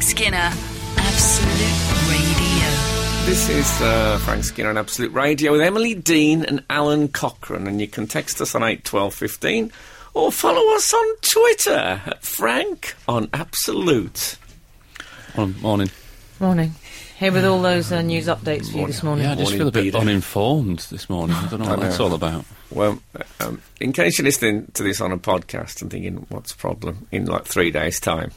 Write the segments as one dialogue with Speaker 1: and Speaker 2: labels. Speaker 1: Skinner, Absolute Radio.
Speaker 2: This is uh, Frank Skinner on Absolute Radio with Emily Dean and Alan Cochrane, and you can text us on eight twelve fifteen, or follow us on Twitter at Frank on Absolute.
Speaker 3: Morning. morning.
Speaker 4: Morning. Here with all those uh, news updates for you this morning.
Speaker 3: Yeah, I just
Speaker 2: Morning,
Speaker 3: feel a bit
Speaker 2: Peter.
Speaker 3: uninformed this morning. I don't know what
Speaker 2: I
Speaker 3: that's
Speaker 2: know.
Speaker 3: all about.
Speaker 2: Well, um, in case you're listening to this on a podcast and thinking, what's the problem in like three days' time?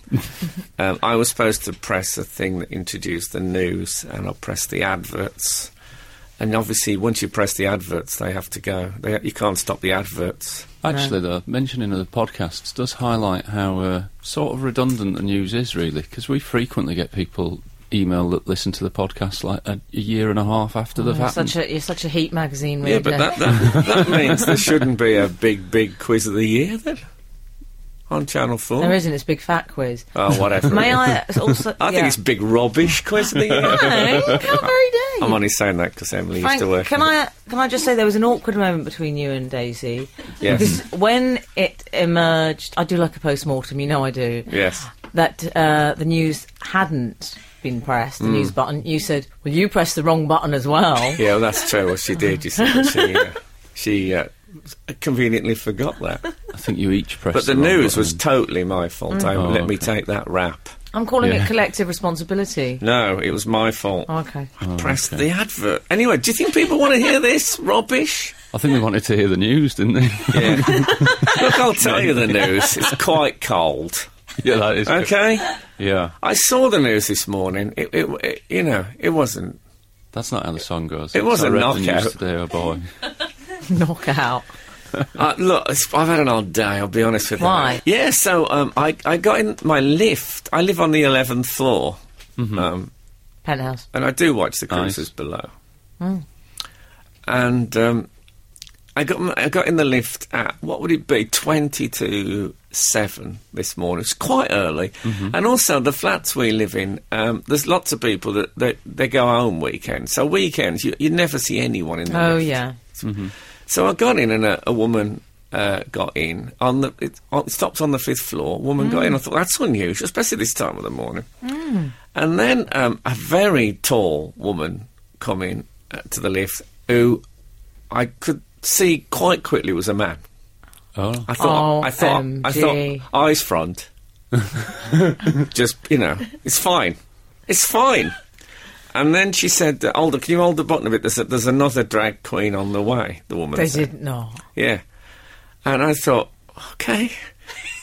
Speaker 2: um, I was supposed to press a thing that introduced the news, and I pressed the adverts. And obviously, once you press the adverts, they have to go. They, you can't stop the adverts.
Speaker 3: Actually, though, mentioning other podcasts does highlight how uh, sort of redundant the news is, really, because we frequently get people email that listen to the podcast like a, a year and a half after they've
Speaker 4: You're
Speaker 3: happened.
Speaker 4: Oh, such a, you're such a heat magazine
Speaker 2: Yeah,
Speaker 4: reader.
Speaker 2: but that, that, that means there shouldn't be a big, big quiz of the year then on Channel 4.
Speaker 4: there isn't. It's big fat quiz.
Speaker 2: Oh, whatever.
Speaker 4: May I also?
Speaker 2: I think
Speaker 4: yeah.
Speaker 2: it's big rubbish quiz of the year.
Speaker 4: No, not very day.
Speaker 2: I'm only saying that because Emily
Speaker 4: Frank,
Speaker 2: used to work.
Speaker 4: can
Speaker 2: in it.
Speaker 4: I can I just say there was an awkward moment between you and Daisy?
Speaker 2: Yes.
Speaker 4: Because when it emerged, I do like a post mortem, you know I do.
Speaker 2: Yes.
Speaker 4: That uh, the news hadn't been pressed,
Speaker 2: Mm.
Speaker 4: the news button. You said, "Well, you pressed the wrong button as well."
Speaker 2: Yeah, well, that's true. Well, she did. You see, but she uh, she uh, conveniently forgot that.
Speaker 3: I think you each pressed.
Speaker 2: But the
Speaker 3: wrong
Speaker 2: news was
Speaker 3: button.
Speaker 2: totally my
Speaker 4: Mm.
Speaker 2: fault. I
Speaker 3: Oh,
Speaker 2: let me
Speaker 3: okay.
Speaker 2: take that rap.
Speaker 4: I'm calling
Speaker 3: Yeah.
Speaker 4: it collective responsibility.
Speaker 2: No, it was my fault.
Speaker 4: Oh, okay.
Speaker 2: I pressed the advert. Anyway, do you think people want to hear this rubbish?
Speaker 3: I think they wanted to hear the news, didn't they?
Speaker 2: Yeah. Look, I'll tell you the news. It's quite cold.
Speaker 3: yeah, that is. good.
Speaker 2: Okay.
Speaker 3: Yeah,
Speaker 2: I saw the news this morning. It, it, it you know, it wasn't.
Speaker 3: that's not how the song goes.
Speaker 2: It was
Speaker 3: I
Speaker 2: a
Speaker 3: read The
Speaker 2: knockout.
Speaker 3: news today, oh boy.
Speaker 4: Knockout.
Speaker 2: Uh, look, it's- I've had an odd day. I'll be honest with
Speaker 4: Why?
Speaker 2: you. Yeah. So um, I I got in my lift. I live on the eleventh floor, um,
Speaker 4: Penthouse.
Speaker 2: and I do watch the
Speaker 3: Nice.
Speaker 2: cruises below. And um, I got m- I got in the lift at what would it be twenty to seven this morning. It's quite early, and also the flats we live in. Um, there's lots of people that they, they go home weekends. So weekends you, you never see anyone in the
Speaker 4: Oh
Speaker 2: lift.
Speaker 4: yeah.
Speaker 2: So I got in, and a, a woman uh, got in on the. It, on, it stopped on the fifth floor. A woman got in. I thought that's unusual, especially this time of the morning. And then um, a very tall woman come in uh, to the lift, who I could see quite quickly was a man.
Speaker 3: Oh,
Speaker 2: I thought. I thought. I
Speaker 4: OMG.
Speaker 2: thought. Eyes front. Just you know, it's fine. It's fine. And then she said, "Older, can you hold the button a bit? There's, a, there's another drag queen on the way." The woman
Speaker 4: They
Speaker 2: said.
Speaker 4: did not.
Speaker 2: Yeah. And I thought, okay.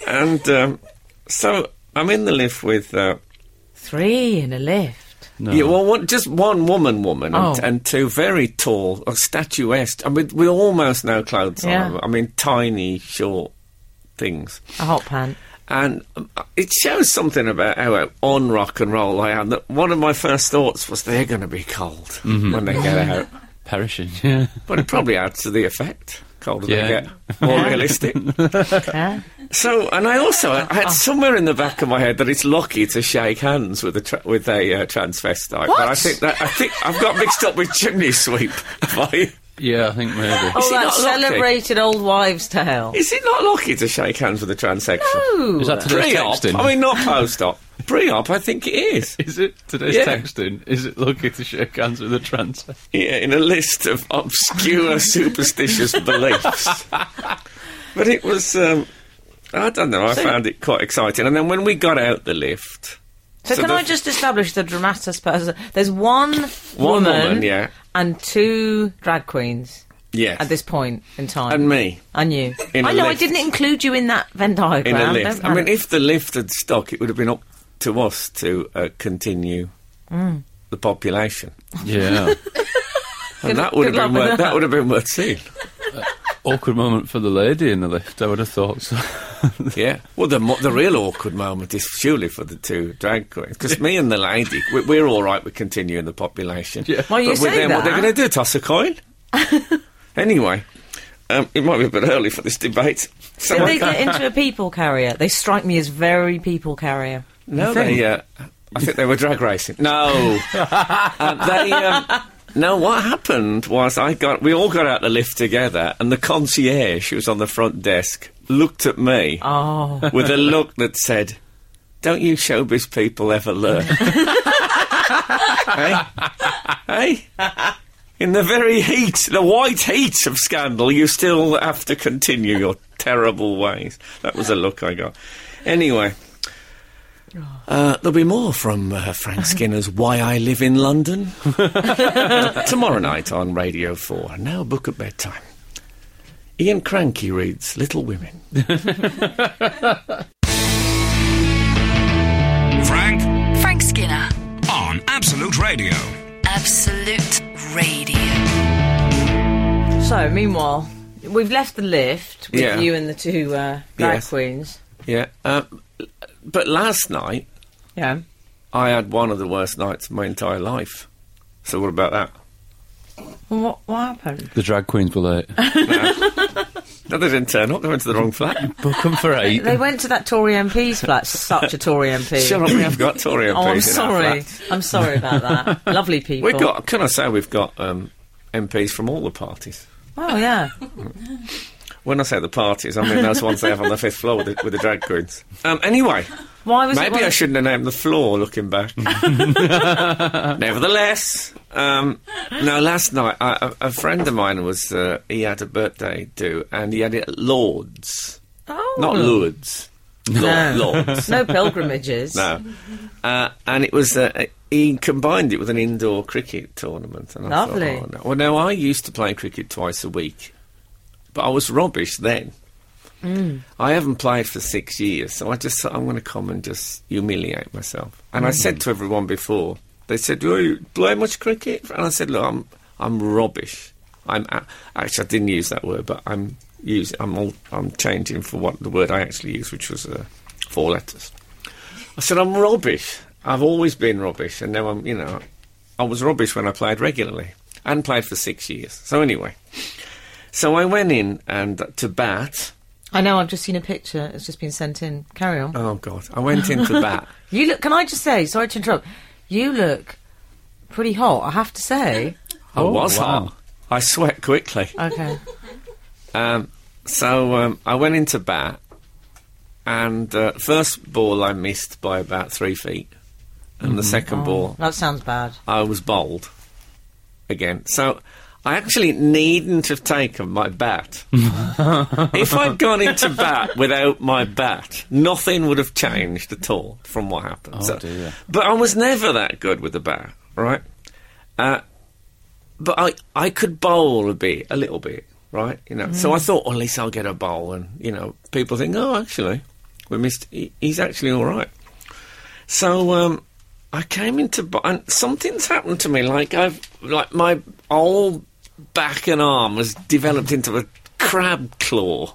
Speaker 2: and um, so I'm in the lift with, uh,
Speaker 4: Three in a lift.
Speaker 3: no.
Speaker 2: yeah, well, one, just one woman, woman,
Speaker 4: Oh.
Speaker 2: and, and two very tall, or statuesque, I mean, with almost no clothes
Speaker 4: Yeah.
Speaker 2: on. I mean, tiny, short things.
Speaker 4: A hot pant.
Speaker 2: And um, it shows something about how uh, on rock and roll I am. That one of my first thoughts was they're going to be cold when they get out.
Speaker 3: perishing. Yeah.
Speaker 2: But it probably adds to the effect. Colder
Speaker 3: Yeah.
Speaker 2: they get, more realistic.
Speaker 4: Yeah.
Speaker 2: So, and I also I
Speaker 4: Oh.
Speaker 2: had somewhere in the back of my head that it's lucky to shake hands with a tra- with a uh, transvestite. But I
Speaker 4: What?
Speaker 2: think that I think I've got mixed up with chimney sweep. Have I?
Speaker 3: Yeah, I think maybe.
Speaker 4: Oh,
Speaker 2: it
Speaker 4: that
Speaker 2: not lucky?
Speaker 4: celebrated old wives' tale.
Speaker 2: Is it not lucky to shake hands with a transsexual?
Speaker 4: Ooh.
Speaker 3: Is that today's
Speaker 2: Pre-op,
Speaker 3: texting?
Speaker 2: I mean not post-op. Pre-op, I think it is.
Speaker 3: Is it today's
Speaker 2: Yeah.
Speaker 3: texting? Is it lucky to shake hands with a trans?
Speaker 2: Yeah, in a list of obscure superstitious beliefs. But it was, um, I don't know. I found it quite exciting. And then when we got out the lift,
Speaker 4: So,
Speaker 2: So
Speaker 4: can
Speaker 2: the-
Speaker 4: I just establish the dramatis person? There's one,
Speaker 2: One woman, yeah.
Speaker 4: and two drag queens
Speaker 2: yeah,
Speaker 4: at this point in time,
Speaker 2: and me.
Speaker 4: and you.
Speaker 2: In
Speaker 4: I
Speaker 2: a
Speaker 4: know
Speaker 2: lift.
Speaker 4: I didn't include you in that Venn diagram.
Speaker 2: in a
Speaker 4: Don't
Speaker 2: lift. I mean,
Speaker 4: panic.
Speaker 2: if the lift had stuck, it would have been up to us to uh, continue
Speaker 4: Mm.
Speaker 2: the population,
Speaker 3: Yeah.
Speaker 2: and that would have
Speaker 4: good
Speaker 2: been
Speaker 4: luck with
Speaker 2: worth, that.
Speaker 4: that.
Speaker 2: would have been worth seeing.
Speaker 3: Awkward moment for the lady in the lift. I would have thought so.
Speaker 2: yeah. Well, the mo- the real awkward moment is surely for the two drag queens because me and the lady, we- we're all right with continuing the population.
Speaker 3: Yeah.
Speaker 4: Well, you
Speaker 2: but with
Speaker 4: say
Speaker 2: them, what they're
Speaker 4: that.
Speaker 2: going to do? Toss a coin? anyway. Um, it might be a bit early for this debate. So
Speaker 4: Did
Speaker 2: I
Speaker 4: they
Speaker 2: can't-
Speaker 4: get into a people carrier? They strike me as very people carrier.
Speaker 2: No, they. Uh, I think they were drag racing. No, Uh, they. Um, no, what happened was I got. We all got out the lift together, and the concierge, who was on the front desk, looked at me
Speaker 4: Oh,
Speaker 2: with a look that said, Don't you showbiz people ever learn? hey? Hey? In the very heat, the white heat of scandal, you still have to continue your terrible ways. That was a look I got. Anyway, uh, there'll be more from uh, Frank Skinner's Why I Live in London tomorrow night on Radio 4. Now, book at bedtime. Ian Cranky reads Little Women.
Speaker 5: Frank
Speaker 1: Frank Skinner.
Speaker 5: on Absolute Radio.
Speaker 1: Absolute Radio.
Speaker 4: So, meanwhile, we've left the lift with
Speaker 2: Yeah.
Speaker 4: you and the two uh, drag
Speaker 2: Yes.
Speaker 4: queens.
Speaker 2: Yeah. Um, l- but last night,
Speaker 4: Yeah.
Speaker 2: I had one of the worst nights of my entire life. So, what about that?
Speaker 4: And what, what happened?
Speaker 3: The drag queens were late.
Speaker 2: No, they didn't turn up. They went to the wrong flat.
Speaker 3: Book 'em for eight.
Speaker 4: They went to that Tory MP's flat. Such a Tory MP.
Speaker 2: Sure, we have got Tory MPs.
Speaker 4: oh,
Speaker 2: in
Speaker 4: I'm
Speaker 2: our
Speaker 4: sorry.
Speaker 2: flat.
Speaker 4: I'm sorry about that. Lovely people.
Speaker 2: We've got. Can I say we've got um, MPs from all the parties?
Speaker 4: Oh, yeah.
Speaker 2: When I say the parties, I mean those ones they have on the fifth floor with the, with the drag queens. Um, anyway,
Speaker 4: Why was it
Speaker 2: maybe
Speaker 4: one
Speaker 2: I
Speaker 4: of-
Speaker 2: shouldn't have named the floor. Looking back, nevertheless, um, no. Last night, I, a, a friend of mine was. Uh, he had a birthday do, and he had it at Lords,
Speaker 4: Oh.
Speaker 2: not Lourdes.
Speaker 4: No.
Speaker 2: Lords.
Speaker 4: No pilgrimages.
Speaker 2: No. Uh, and it was, uh, he combined it with an indoor cricket tournament. And I
Speaker 4: Lovely.
Speaker 2: Thought, oh, no. Well, now I used to play cricket twice a week, but I was rubbish then. I haven't played for six years, so I just thought I'm going to come and just humiliate myself. And I said to everyone before, they said, "Do you play much cricket?" And I said, "Look, I'm I'm rubbish. I'm a- actually I didn't use that word, but I'm using I'm all, I'm changing for what the word I actually used, which was uh, four letters." I said, "I'm rubbish. I've always been rubbish, and now I'm you know, I was rubbish when I played regularly and played for six years. So anyway." So I went in and to bat,
Speaker 4: I know, I've just seen a picture. It's just been sent in. Carry on.
Speaker 2: Oh God! I went into that.
Speaker 4: You look. Can I just say? Sorry to interrupt. You look pretty hot. I have to say.
Speaker 2: I was
Speaker 3: wow.
Speaker 2: hot. I sweat quickly.
Speaker 4: Okay.
Speaker 2: Um, so um, I went into bat, and uh, first ball I missed by about three feet, and the second ball
Speaker 4: Oh, That sounds bad.
Speaker 2: I was bowled again. So I actually needn't have taken my bat. if I'd gone into bat without my bat, nothing would have changed at all from what happened.
Speaker 3: Oh,
Speaker 2: So-
Speaker 3: dear.
Speaker 2: But I was never that good with the bat, right? Uh, but I, I could bowl a bit, a little bit, right? You know. So I
Speaker 3: Mm.
Speaker 2: thought, well, at least I'll get a bowl, and you know, people think, oh, actually, we missed. He, he's actually all right. So um, I came into bo- and something's happened to me. Like I've like my whole back and arm has developed into a crab claw.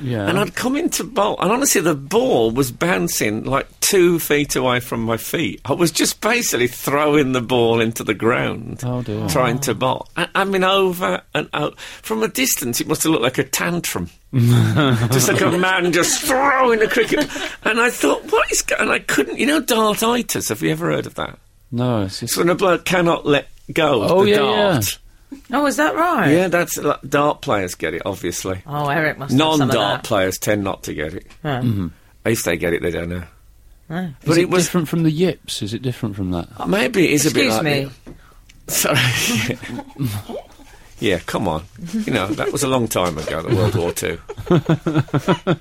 Speaker 3: Yeah.
Speaker 2: And I'd come into bowl, and honestly, the ball was bouncing like two feet away from my feet. I was just basically throwing the ball into the ground,
Speaker 3: Oh, dear.
Speaker 2: trying to bowl. I, I mean, over and out. From a distance, it must have looked like a tantrum, just like a man just throwing a cricket. And I thought, what is? go-" And I couldn't. You know, dartitis. Have you ever heard of that?
Speaker 3: no, it's just
Speaker 2: It's when a bloke cannot let go of
Speaker 3: Oh,
Speaker 2: the
Speaker 3: yeah,
Speaker 2: dart.
Speaker 4: Oh, is that right?
Speaker 2: yeah, that's like, dart players get it, obviously.
Speaker 4: Oh, Eric must have some of
Speaker 2: Non-dart Mm-hmm.
Speaker 4: that.
Speaker 2: players tend not to get it.
Speaker 4: Yeah.
Speaker 2: If they get it, they don't know.
Speaker 4: Yeah.
Speaker 2: But it, was
Speaker 3: different from the yips. Is it different from that?
Speaker 4: Oh,
Speaker 2: maybe it is a bit.
Speaker 4: Excuse
Speaker 2: like
Speaker 4: me.
Speaker 2: the- Sorry. yeah, come on. You know that was a long time ago, the World War Two.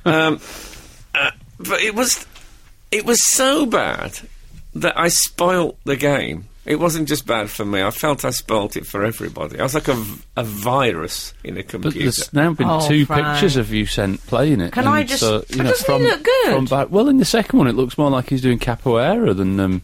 Speaker 2: um, uh, but it was, it was so bad that I spoilt the game. It wasn't just bad for me. I felt I spoilt it for everybody. I was like a, v- a virus in a
Speaker 3: But
Speaker 2: computer.
Speaker 3: there's now been
Speaker 4: Oh,
Speaker 3: two
Speaker 4: Frank.
Speaker 3: pictures of you sent playing it.
Speaker 4: Can
Speaker 3: and
Speaker 4: I just-
Speaker 3: So,
Speaker 4: but
Speaker 3: you know,
Speaker 4: doesn't he
Speaker 3: from,
Speaker 4: look good?
Speaker 3: From back, well, in the second one, it looks more like he's doing capoeira than um,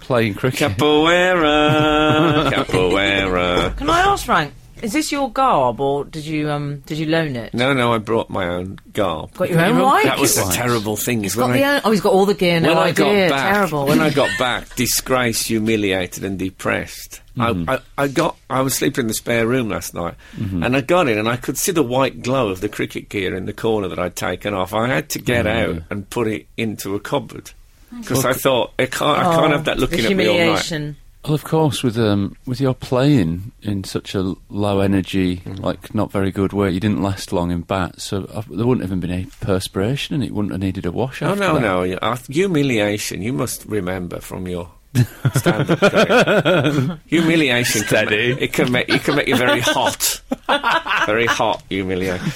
Speaker 3: playing cricket.
Speaker 2: Capoeira, capoeira.
Speaker 4: Can I ask, Frank? Is this your garb, or did you um did you loan it?
Speaker 2: No, no, I brought my own garb.
Speaker 4: Got your
Speaker 3: Your
Speaker 4: own
Speaker 3: own-
Speaker 4: wife.
Speaker 2: That was the
Speaker 3: Right.
Speaker 2: terrible thing. Is
Speaker 4: Got
Speaker 2: when
Speaker 4: the
Speaker 2: I,
Speaker 4: own- oh, he's got all the gear. No
Speaker 2: when I
Speaker 4: idea.
Speaker 2: got back,
Speaker 4: Terrible.
Speaker 2: when I got back, disgraced, humiliated, and depressed.
Speaker 4: Mm-hmm.
Speaker 2: I, I, I got. I was sleeping in the spare room last night, and I got in, and I could see the white glow of the cricket gear in the corner that I'd taken off. I had to get
Speaker 4: Mm-hmm.
Speaker 2: out and put it into a cupboard because I thought I can't. I
Speaker 4: Oh,
Speaker 2: can't have that
Speaker 4: the
Speaker 2: looking at me all night.
Speaker 4: Oh. humiliation.
Speaker 3: Well, of course, with um, with your playing in such a low energy,
Speaker 2: Mm-hmm.
Speaker 3: like not very good way, you didn't last long in bat, so I, there wouldn't have been any perspiration, and it wouldn't have needed a wash.
Speaker 2: Oh
Speaker 3: after
Speaker 2: no,
Speaker 3: that.
Speaker 2: no, you- uh, humiliation. You must remember from your stand-up career. humiliation. Can ma- it can make it can make you very hot, very hot. Humiliation.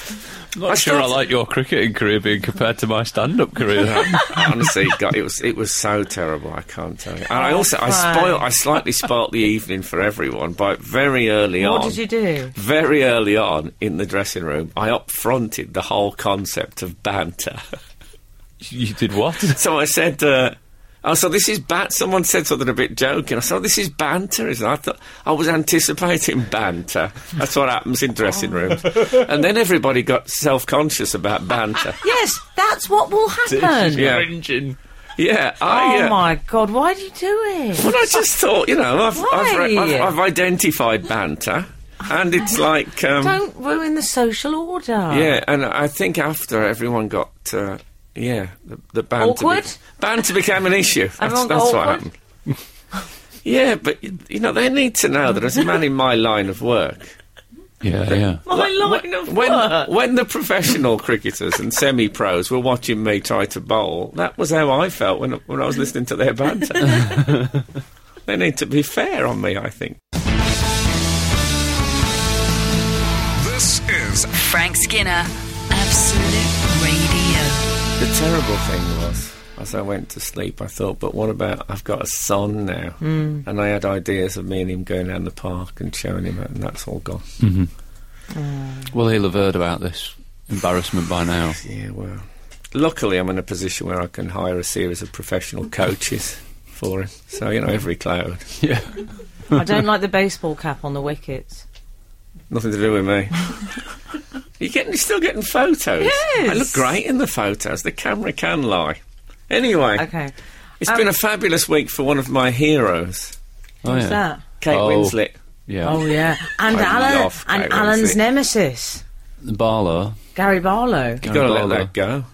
Speaker 3: I'm not sure I
Speaker 2: started-
Speaker 3: like your cricketing career being compared to my stand-up career.
Speaker 2: Honestly, God, it was it was so terrible. I can't tell you. And I
Speaker 4: Oh,
Speaker 2: also I
Speaker 4: fine.
Speaker 2: spoil I slightly spoilt the evening for everyone by very early on.
Speaker 4: What did you do?
Speaker 2: Very early on in the dressing room, I upfronted the whole concept of banter.
Speaker 3: you did what?
Speaker 2: So I said, uh, "Oh, so this is bat." Someone said something a bit joking. I said, "Oh, this is banter." Isn't it? I thought I was anticipating banter. That's what happens in dressing rooms. and then everybody got self-conscious about banter.
Speaker 4: Yes, that's what will happen.
Speaker 2: Yeah.
Speaker 3: Cringing.
Speaker 2: yeah, I.
Speaker 4: Oh
Speaker 2: uh,
Speaker 4: my god, why do you do it?
Speaker 2: Well, I just thought, you know, I've, I've, re-
Speaker 4: Why?
Speaker 2: I've, I've identified banter, and it's like, um,
Speaker 4: Don't ruin the social order.
Speaker 2: yeah, and I think after everyone got, uh, yeah, the, the banter,
Speaker 4: Awkward?
Speaker 2: banter became an issue. That's,
Speaker 4: Everyone got
Speaker 2: that's what
Speaker 4: awkward?
Speaker 2: happened. yeah, but y- you know, they need to know that as a man in my line of work,
Speaker 3: Yeah, yeah.
Speaker 4: My line of
Speaker 2: when
Speaker 4: work.
Speaker 2: when the professional cricketers and semi pros were watching me try to bowl, that was how I felt when when I was listening to their banter. they need to be fair on me, I think.
Speaker 5: This is
Speaker 1: Frank Skinner, Absolute Radio.
Speaker 2: The terrible thing was, as I went to sleep, I thought, but what about I've got a son now? Mm. And I had ideas of me and him going down the park and showing him, it, and that's all gone.
Speaker 3: Well, he'll have heard about this embarrassment by now.
Speaker 2: Yeah, well. Luckily, I'm in a position where I can hire a series of professional coaches for him. So, you know, every cloud.
Speaker 3: Yeah.
Speaker 4: I don't like the baseball cap on the wickets.
Speaker 2: Nothing to do with me. you're, getting, you're still getting photos.
Speaker 4: Yes.
Speaker 2: I look great in the photos. The camera can lie. Anyway, it's
Speaker 4: Okay.
Speaker 2: been
Speaker 4: um,
Speaker 2: a fabulous week for one of my heroes,
Speaker 3: Oh,
Speaker 4: Who's
Speaker 3: yeah.
Speaker 4: that?
Speaker 2: Kate
Speaker 3: Oh.
Speaker 2: Winslet.
Speaker 3: Yeah.
Speaker 4: Oh yeah. And
Speaker 2: I
Speaker 4: Alan
Speaker 2: love
Speaker 4: and
Speaker 2: Kate
Speaker 4: Alan's
Speaker 2: Winslet.
Speaker 4: nemesis,
Speaker 3: Barlow.
Speaker 4: Gary Barlow.
Speaker 2: You've got to let that go.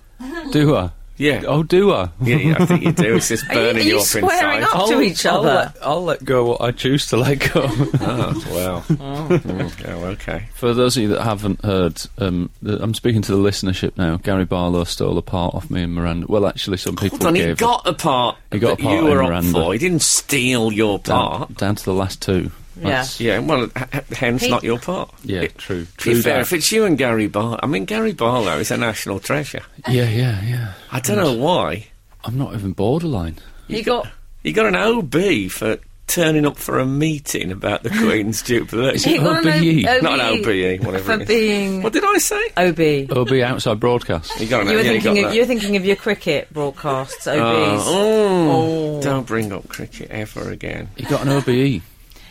Speaker 3: Do I?
Speaker 2: Yeah.
Speaker 3: Oh, do I?
Speaker 2: Yeah, yeah, I think you do. It's just
Speaker 4: Are you-
Speaker 2: burning
Speaker 4: are
Speaker 2: you,
Speaker 4: you
Speaker 2: up
Speaker 4: swearing
Speaker 2: inside.
Speaker 4: up? to each
Speaker 3: I'll
Speaker 4: other.
Speaker 3: let, I'll let go what I choose to let go.
Speaker 2: Oh, well. Mm, oh, okay.
Speaker 3: For those of you that haven't heard, um, the, I'm speaking to the listenership now. Gary Barlow stole a part off me and Miranda. Well, actually, some people
Speaker 2: Hold on, he
Speaker 3: gave
Speaker 2: got a part
Speaker 3: He got
Speaker 2: that
Speaker 3: a part
Speaker 2: you were
Speaker 3: in
Speaker 2: up
Speaker 3: Miranda.
Speaker 2: for. He didn't steal your
Speaker 3: down,
Speaker 2: part.
Speaker 3: down to the last two. That's-
Speaker 2: Yeah, well, h- h- hence
Speaker 4: He-
Speaker 2: not your part.
Speaker 3: yeah,
Speaker 2: It-
Speaker 3: true.
Speaker 2: To be
Speaker 3: True
Speaker 2: fair,
Speaker 3: that.
Speaker 2: if it's you and Gary Barlow, I mean, Gary Barlow is a national treasure.
Speaker 3: yeah, yeah, yeah.
Speaker 2: I don't know why.
Speaker 3: I'm not even borderline.
Speaker 4: He got
Speaker 2: He got an OB for turning up for a meeting about the Queen's Jubilee.
Speaker 3: it-
Speaker 4: he got an
Speaker 3: OBE?
Speaker 4: O-
Speaker 2: E.
Speaker 4: E.
Speaker 2: Not an OBE, whatever
Speaker 4: for
Speaker 2: it is.
Speaker 4: being
Speaker 2: What did I say?
Speaker 4: OB. You
Speaker 3: It'll be E, outside broadcast.
Speaker 2: He got an
Speaker 4: were
Speaker 2: yeah, he got
Speaker 4: thinking of
Speaker 2: that.
Speaker 4: you're thinking of your cricket broadcasts, OBs.
Speaker 2: oh,
Speaker 4: Oh.
Speaker 2: Don't bring up cricket ever again.
Speaker 3: He got an E. OBE.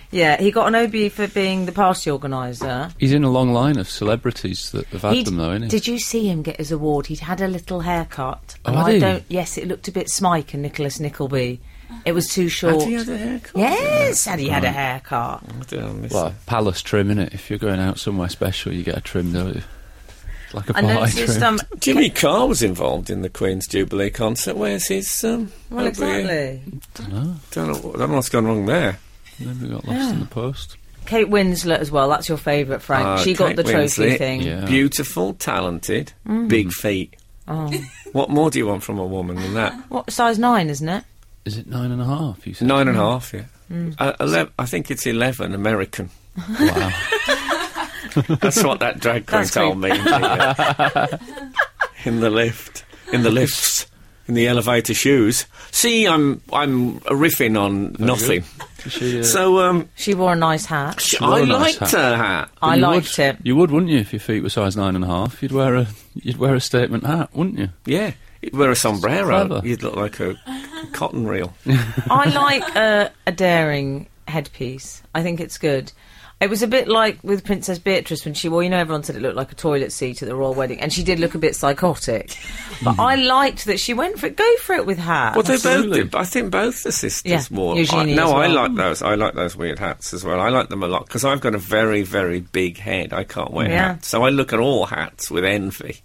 Speaker 4: Yeah, he got an OB for being the party organizer.
Speaker 3: He's in a long line of celebrities that have had
Speaker 4: He'd-
Speaker 3: them, though, isn't he?
Speaker 4: Did you see him get his award? He'd had a little haircut.
Speaker 3: Oh,
Speaker 4: and
Speaker 3: had
Speaker 4: I
Speaker 3: he?
Speaker 4: don't. Yes, it looked a bit Smike and Nicholas Nickleby. It was too short.
Speaker 2: Had he had a haircut?
Speaker 4: yes, had he had a haircut?
Speaker 2: I don't miss
Speaker 3: Well, a palace trim, innit? If you're going out somewhere special, you get a trim, don't you? It's Like a
Speaker 4: I
Speaker 3: party
Speaker 4: noticed.
Speaker 3: trim.
Speaker 4: Um,
Speaker 2: it. Jimmy Carr was involved in the Queen's Jubilee concert. Where's his? Um,
Speaker 4: well,
Speaker 2: over here?
Speaker 4: exactly.
Speaker 2: Don't know, I don't know what's gone wrong there.
Speaker 3: Then we got lost in the post.
Speaker 4: Kate Winslet as well. That's your favourite, Frank.
Speaker 2: Ah,
Speaker 4: she got
Speaker 2: Kate
Speaker 4: the trophy
Speaker 2: Winslet.
Speaker 4: thing. Mm.
Speaker 3: Yeah.
Speaker 2: Beautiful, talented, big feet.
Speaker 4: Oh.
Speaker 2: What more do you want from a woman than that?
Speaker 4: What size nine, isn't it?
Speaker 3: Is it nine and a half? You said
Speaker 2: Nine and a half, yeah.
Speaker 4: Mm.
Speaker 2: Uh, ele- I think it's 11 American.
Speaker 3: Wow.
Speaker 2: That's what that drag queen
Speaker 4: That's
Speaker 2: told me. in the, uh, in the lift, in the lifts, in the elevator shoes. See, I'm I'm riffing on nothing.
Speaker 3: She, uh,
Speaker 2: So um,
Speaker 4: She wore a nice hat.
Speaker 2: sh-
Speaker 3: wore
Speaker 2: I
Speaker 3: a nice
Speaker 2: liked
Speaker 3: hat.
Speaker 2: her hat.
Speaker 4: I
Speaker 3: you
Speaker 4: liked
Speaker 3: would,
Speaker 4: it.
Speaker 3: You would, wouldn't you? If your feet were size nine and a half, you'd wear a you'd wear a statement hat, wouldn't you?
Speaker 2: Yeah, You'd wear a sombrero.
Speaker 3: Clever.
Speaker 2: You'd look like a cotton reel.
Speaker 4: I like uh, a daring headpiece. I think it's good. It was a bit like with Princess Beatrice when she wore, you know, everyone said it looked like a toilet seat at the royal wedding, and she did look a bit psychotic. But I liked that she went for it. Go for it with her.
Speaker 2: Well, they both
Speaker 3: Absolutely.
Speaker 2: did. but I think both the sisters
Speaker 4: Yeah,
Speaker 2: wore.
Speaker 4: Eugenie
Speaker 2: I, no,
Speaker 4: as
Speaker 2: I
Speaker 4: well.
Speaker 2: like those. I like those weird hats as well. I like them a lot because I've got a very, very big head. I can't wear
Speaker 4: Yeah.
Speaker 2: hats, so I look at all hats with envy.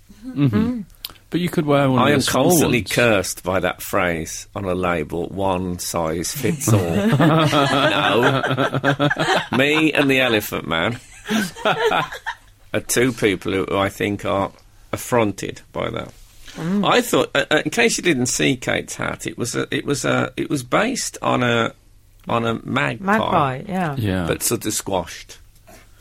Speaker 3: But you could wear one.
Speaker 2: I
Speaker 3: of
Speaker 2: am
Speaker 3: the small
Speaker 2: constantly
Speaker 3: ones.
Speaker 2: cursed by that phrase on a label: one size fits all. no, me and the Elephant Man are two people who, who I think are affronted by that.
Speaker 4: Mm.
Speaker 2: I thought, uh, uh, in case you didn't see Kate's hat, it was a, it was a, it was based on a on a
Speaker 4: Magpie, yeah.
Speaker 3: Yeah,
Speaker 2: but sort of squashed.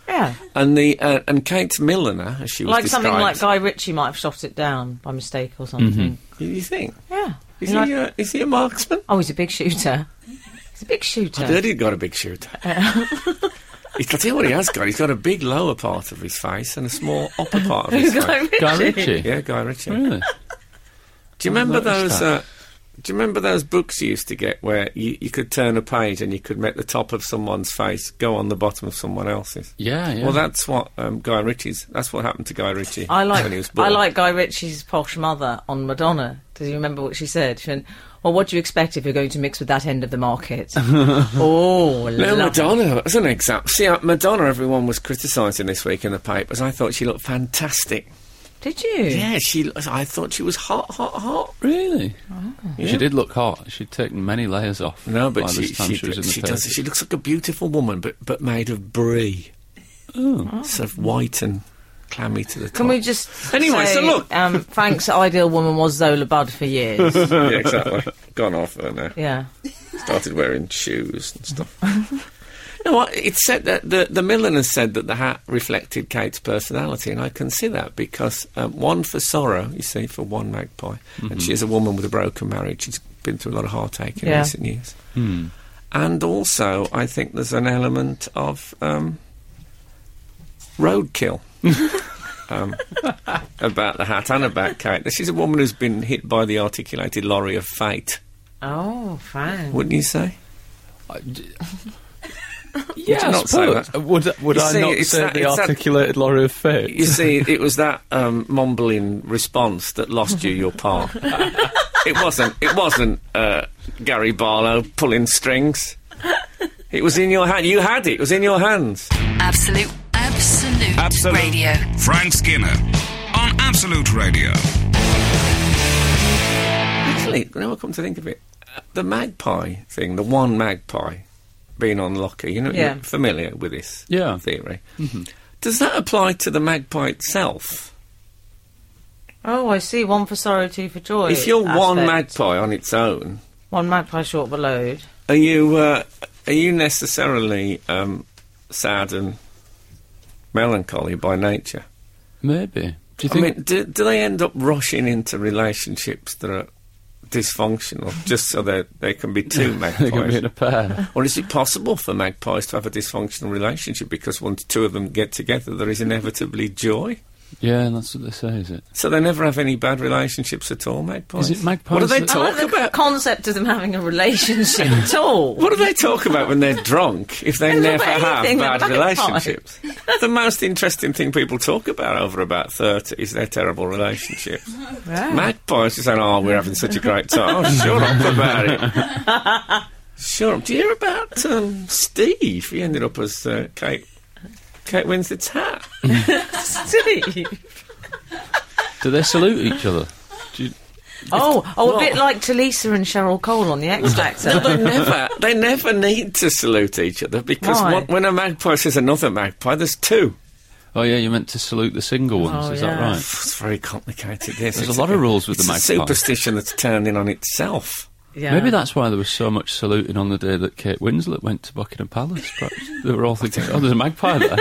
Speaker 4: Yeah.
Speaker 2: And the uh, and Kate's milliner, as she was
Speaker 4: Like
Speaker 2: described.
Speaker 4: something like Guy Ritchie might have shot it down by mistake or something.
Speaker 2: You think
Speaker 4: Yeah.
Speaker 2: is
Speaker 4: You know,
Speaker 2: he uh, a, is he a marksman?
Speaker 4: oh, he's a big shooter. He's a big shooter.
Speaker 2: I heard he'd got a big shooter. He's- I'll tell you what he has got. He's got a big lower part of his face and a small upper part of his face.
Speaker 4: Guy Ritchie. Mm.
Speaker 3: Guy Ritchie.
Speaker 2: Yeah, Guy Ritchie.
Speaker 3: Really?
Speaker 2: Do you remember
Speaker 3: noticed
Speaker 2: those? Uh, do you remember those books you used to get where you, you could turn a page and you could make the top of someone's face go on the bottom of someone else's?
Speaker 3: Yeah, yeah.
Speaker 2: Well, that's what um, Guy Ritchie's. That's what happened to Guy Ritchie
Speaker 4: I like
Speaker 2: when he was born.
Speaker 4: I like Guy Ritchie's posh mother on Madonna. Do you remember what she said? She went, "Well, what do you expect if you're going to mix with that end of the market?" oh,
Speaker 2: No,
Speaker 4: love-
Speaker 2: Madonna as an example. See, uh, Madonna, everyone was criticising this week in the papers. I thought she looked fantastic.
Speaker 4: Did you?
Speaker 2: Yeah, she. lo- I thought she was hot, hot, hot.
Speaker 3: Really?
Speaker 2: Oh. Yeah.
Speaker 3: She did look hot. She'd taken many layers off.
Speaker 2: No, but
Speaker 3: by
Speaker 2: she
Speaker 3: this time
Speaker 2: she,
Speaker 3: she, was in the
Speaker 2: she does.
Speaker 3: 30s.
Speaker 2: She looks like a beautiful woman, but but made of brie, sort of white and clammy to the top.
Speaker 4: Can we just
Speaker 2: Anyway,
Speaker 4: say,
Speaker 2: so look.
Speaker 4: um, Frank's ideal woman was Zola Budd for years.
Speaker 2: yeah, exactly. Gone off her now.
Speaker 4: yeah,
Speaker 2: Started wearing shoes and stuff. No, I- it's said that the, the milliner said that the hat reflected Kate's personality, and I can see that because um, one for sorrow, you see, for one magpie, and she is a woman with a broken marriage. She's been through a lot of heartache in
Speaker 4: Yeah.
Speaker 2: recent years. And also, I think there's an element of um, roadkill um, about the hat and about Kate. She's a woman who's been hit by the articulated lorry of fate,
Speaker 4: Oh, Frank.
Speaker 2: wouldn't you say?
Speaker 3: I d- yeah,
Speaker 2: you
Speaker 3: I
Speaker 2: not say
Speaker 3: suppose.
Speaker 2: that?
Speaker 3: Would, would
Speaker 2: You
Speaker 3: I
Speaker 2: see,
Speaker 3: not
Speaker 2: it's
Speaker 3: say
Speaker 2: that-
Speaker 3: the
Speaker 2: it's that-
Speaker 3: articulated lorry of fate?
Speaker 2: You see, it was that um, mumbling response that lost you your part. it wasn't. It wasn't uh, Gary Barlow pulling strings. It was in your hand. You had it. It was in your hands.
Speaker 1: Absolute, absolute,
Speaker 2: Absolute.
Speaker 1: radio.
Speaker 5: Frank Skinner on Absolute Radio.
Speaker 2: Actually, now I come to think of it, uh, the magpie thing, the one magpie being on locker. You know,
Speaker 4: Yeah.
Speaker 2: you're familiar with this
Speaker 3: Yeah.
Speaker 2: theory. Does that apply to the magpie itself?
Speaker 4: Oh, I see. One for sorrow, two for joy.
Speaker 2: If you're one
Speaker 4: aspect.
Speaker 2: magpie on its own,
Speaker 4: one magpie short of a load.
Speaker 2: Are you uh, are you necessarily um, sad and melancholy by nature?
Speaker 3: Maybe. Do you
Speaker 2: I
Speaker 3: think?
Speaker 2: mean, do, do they end up rushing into relationships that are dysfunctional just so that there can be two
Speaker 3: they're going
Speaker 2: magpies?
Speaker 3: to be in a pair.
Speaker 2: Or is it possible for magpies to have a dysfunctional relationship because once two of them get together, there is inevitably joy?
Speaker 3: Yeah, that's what they say, is it?
Speaker 2: So they never have any bad relationships at all, magpies.
Speaker 3: Is it magpies
Speaker 2: What do they
Speaker 3: that-
Speaker 4: I
Speaker 2: talk
Speaker 4: like the
Speaker 2: about?
Speaker 4: concept of them having a relationship at all.
Speaker 2: What do they talk about when they're drunk if they
Speaker 4: They
Speaker 2: never
Speaker 4: talk about
Speaker 2: have
Speaker 4: anything,
Speaker 2: bad
Speaker 4: they're magpies.
Speaker 2: relationships? the most interesting thing people talk about over about 30 is their terrible relationships. Magpies are saying, oh, we're having such a great time. Oh, shut up about it. Sure. Do you hear about um, Steve? He ended up as uh, Kate, Kate Winslet's hat.
Speaker 4: Steve.
Speaker 3: Do they salute each other? Do you,
Speaker 4: Oh, oh, a bit like Talisa and Cheryl Cole on The X Factor.
Speaker 2: they never, they never need to salute each other because
Speaker 4: Why?
Speaker 2: one, when a magpie says another magpie, there's two.
Speaker 3: oh, yeah, you meant to salute the single ones,
Speaker 4: Oh,
Speaker 3: is
Speaker 4: yeah.
Speaker 3: that right?
Speaker 2: It's very complicated. This.
Speaker 3: There's a
Speaker 2: It's
Speaker 3: lot of rules with
Speaker 2: it's
Speaker 3: the
Speaker 2: a
Speaker 3: magpie.
Speaker 2: superstition that's turned in on itself.
Speaker 4: yeah.
Speaker 3: Maybe that's why there was so much saluting on the day that Kate Winslet went to Buckingham Palace. Perhaps they were all thinking, "Oh, there's a magpie there."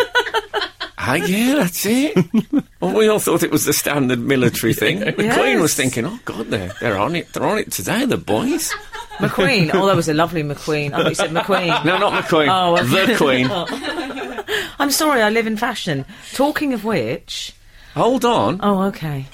Speaker 2: Ah, yeah, that's it. well, we all thought it was the standard military thing. The Queen was
Speaker 4: Yes.
Speaker 2: thinking, "Oh God, they're they're on it. They're on it today, the boys."
Speaker 4: McQueen. Oh, that was a lovely McQueen. I thought you said McQueen.
Speaker 2: No, not McQueen.
Speaker 4: Oh, okay.
Speaker 2: the Queen.
Speaker 4: I'm sorry, I live in fashion. Talking of which,
Speaker 2: Hold on.
Speaker 4: oh, okay.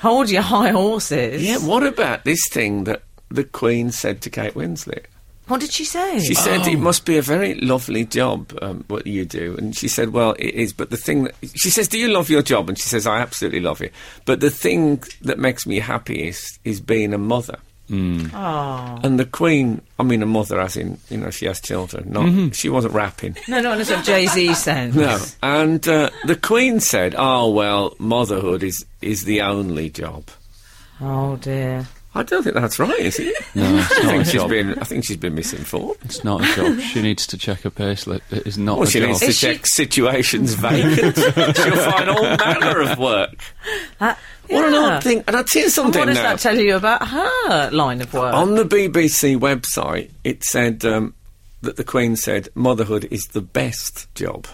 Speaker 4: Hold your high horses.
Speaker 2: Yeah, what about this thing that the Queen said to Kate Winslet?
Speaker 4: What did she say?
Speaker 2: She said
Speaker 3: Oh.
Speaker 2: it must be a very lovely job um, what you do, and she said, "Well, it is." But the thing that she says, "Do you love your job?" And she says, "I absolutely love it." But the thing that makes me happiest is being a mother.
Speaker 4: oh.
Speaker 2: And the Queen, I mean, a mother, as in you know, she has children. Not
Speaker 3: Mm-hmm.
Speaker 2: she wasn't rapping.
Speaker 4: No, no, that's what Jay Z said.
Speaker 2: No, and uh, the Queen said, "Oh well, motherhood is is the only job."
Speaker 4: Oh dear.
Speaker 2: I don't think that's right, is it?
Speaker 3: No, it's
Speaker 2: I
Speaker 3: not a
Speaker 2: think she's
Speaker 3: job.
Speaker 2: been. I think she's been misinformed.
Speaker 3: It's not a job. She needs to check her payslip. It is not
Speaker 2: Well,
Speaker 3: a
Speaker 2: she
Speaker 3: job.
Speaker 2: needs to
Speaker 4: Is she-
Speaker 2: check situations vacant. She'll find all manner of work.
Speaker 4: That,
Speaker 2: What an
Speaker 4: yeah.
Speaker 2: odd thing! And I tell you
Speaker 4: And
Speaker 2: something
Speaker 4: What does
Speaker 2: now.
Speaker 4: that tell you about her line of work?
Speaker 2: On the BBC website, it said um, that the Queen said motherhood is the best job.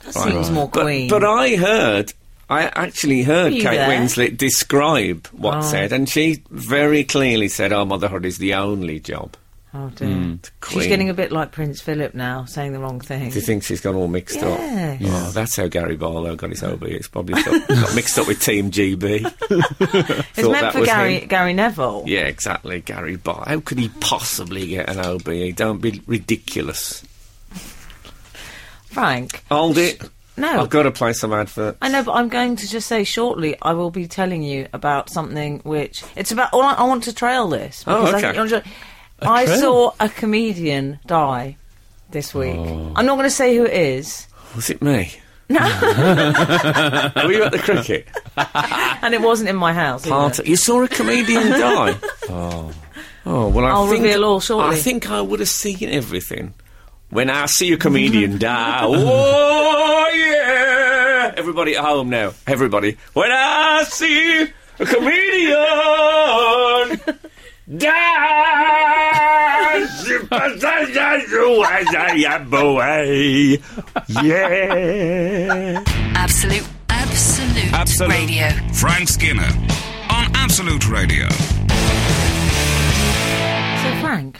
Speaker 4: that seems more
Speaker 2: But,
Speaker 4: queen.
Speaker 2: but uh, I heard, I actually heard
Speaker 4: Were you
Speaker 2: Kate
Speaker 4: there?
Speaker 2: Winslet describe what
Speaker 4: Oh.
Speaker 2: said, and she very clearly said, "Our motherhood is the only job."
Speaker 4: oh dear. She's
Speaker 2: Hmm, Queen.
Speaker 4: getting a bit like Prince Philip now, saying the wrong thing.
Speaker 2: Do you think she's gone all mixed up?
Speaker 4: Yes.
Speaker 2: Oh, that's how Gary Barlow got his OB. It's probably got, got mixed up with Team GB.
Speaker 4: It's
Speaker 2: Thought
Speaker 4: meant
Speaker 2: that
Speaker 4: for
Speaker 2: was
Speaker 4: Gary
Speaker 2: him.
Speaker 4: Gary Neville.
Speaker 2: Yeah, exactly. Gary Barlow. How could he possibly get an OB? Don't be ridiculous.
Speaker 4: Frank.
Speaker 2: Hold it.
Speaker 4: No.
Speaker 2: I've got to play some advert.
Speaker 4: I know, but I'm going to just say shortly. I will be telling you about something which it's about. all I, I want to trail this.
Speaker 2: Oh,
Speaker 4: because I
Speaker 2: okay.
Speaker 4: think you'll enjoy- I
Speaker 3: trail?
Speaker 4: saw a comedian die this week.
Speaker 3: Oh.
Speaker 4: I'm not going to say who it is,
Speaker 2: Was it me? No. Were you at the cricket?
Speaker 4: and it wasn't in my house. either.
Speaker 2: Part you saw a comedian die. oh. Oh well, I
Speaker 4: I'll
Speaker 2: think,
Speaker 4: reveal all shortly.
Speaker 2: I think I would have seen everything when I see a comedian die. Oh yeah! Everybody at home now. Everybody. When I see a comedian die, yeah.
Speaker 1: Absolute, absolute,
Speaker 2: Absolute.
Speaker 1: radio.
Speaker 5: Frank Skinner on Absolute Radio.
Speaker 4: So, Frank,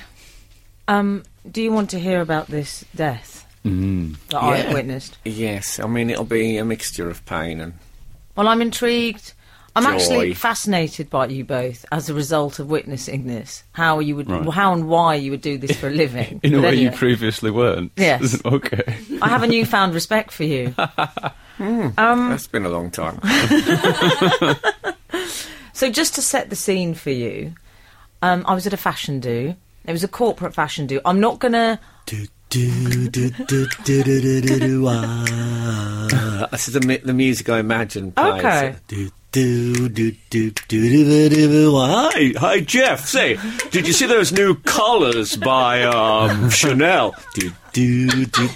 Speaker 4: um, do you want to hear about this death
Speaker 3: Mm.
Speaker 4: that I
Speaker 2: Yeah.
Speaker 4: witnessed?
Speaker 2: Yes, I mean it'll be a mixture of pain and
Speaker 4: Well, I'm intrigued. I'm actually
Speaker 2: Joy.
Speaker 4: fascinated by you both as a result of witnessing this. How you would,
Speaker 3: Right.
Speaker 4: how and why you would do this for a living.
Speaker 3: In a
Speaker 4: But
Speaker 3: way you
Speaker 4: anyway.
Speaker 3: previously weren't.
Speaker 4: Yes.
Speaker 3: okay.
Speaker 4: I have a newfound respect for you.
Speaker 2: that's been a long time.
Speaker 4: So just to set the scene for you, um, I was at a fashion do. It was a corporate fashion do. I'm not gonna.
Speaker 2: Uh, this is the, mu- the music I imagine. Plays.
Speaker 4: Okay.
Speaker 2: Do, do, do, do, do, do, do, do, do. Hi, hi, Jeff. Say, did you see those new collars by um, Chanel? Do, do, do.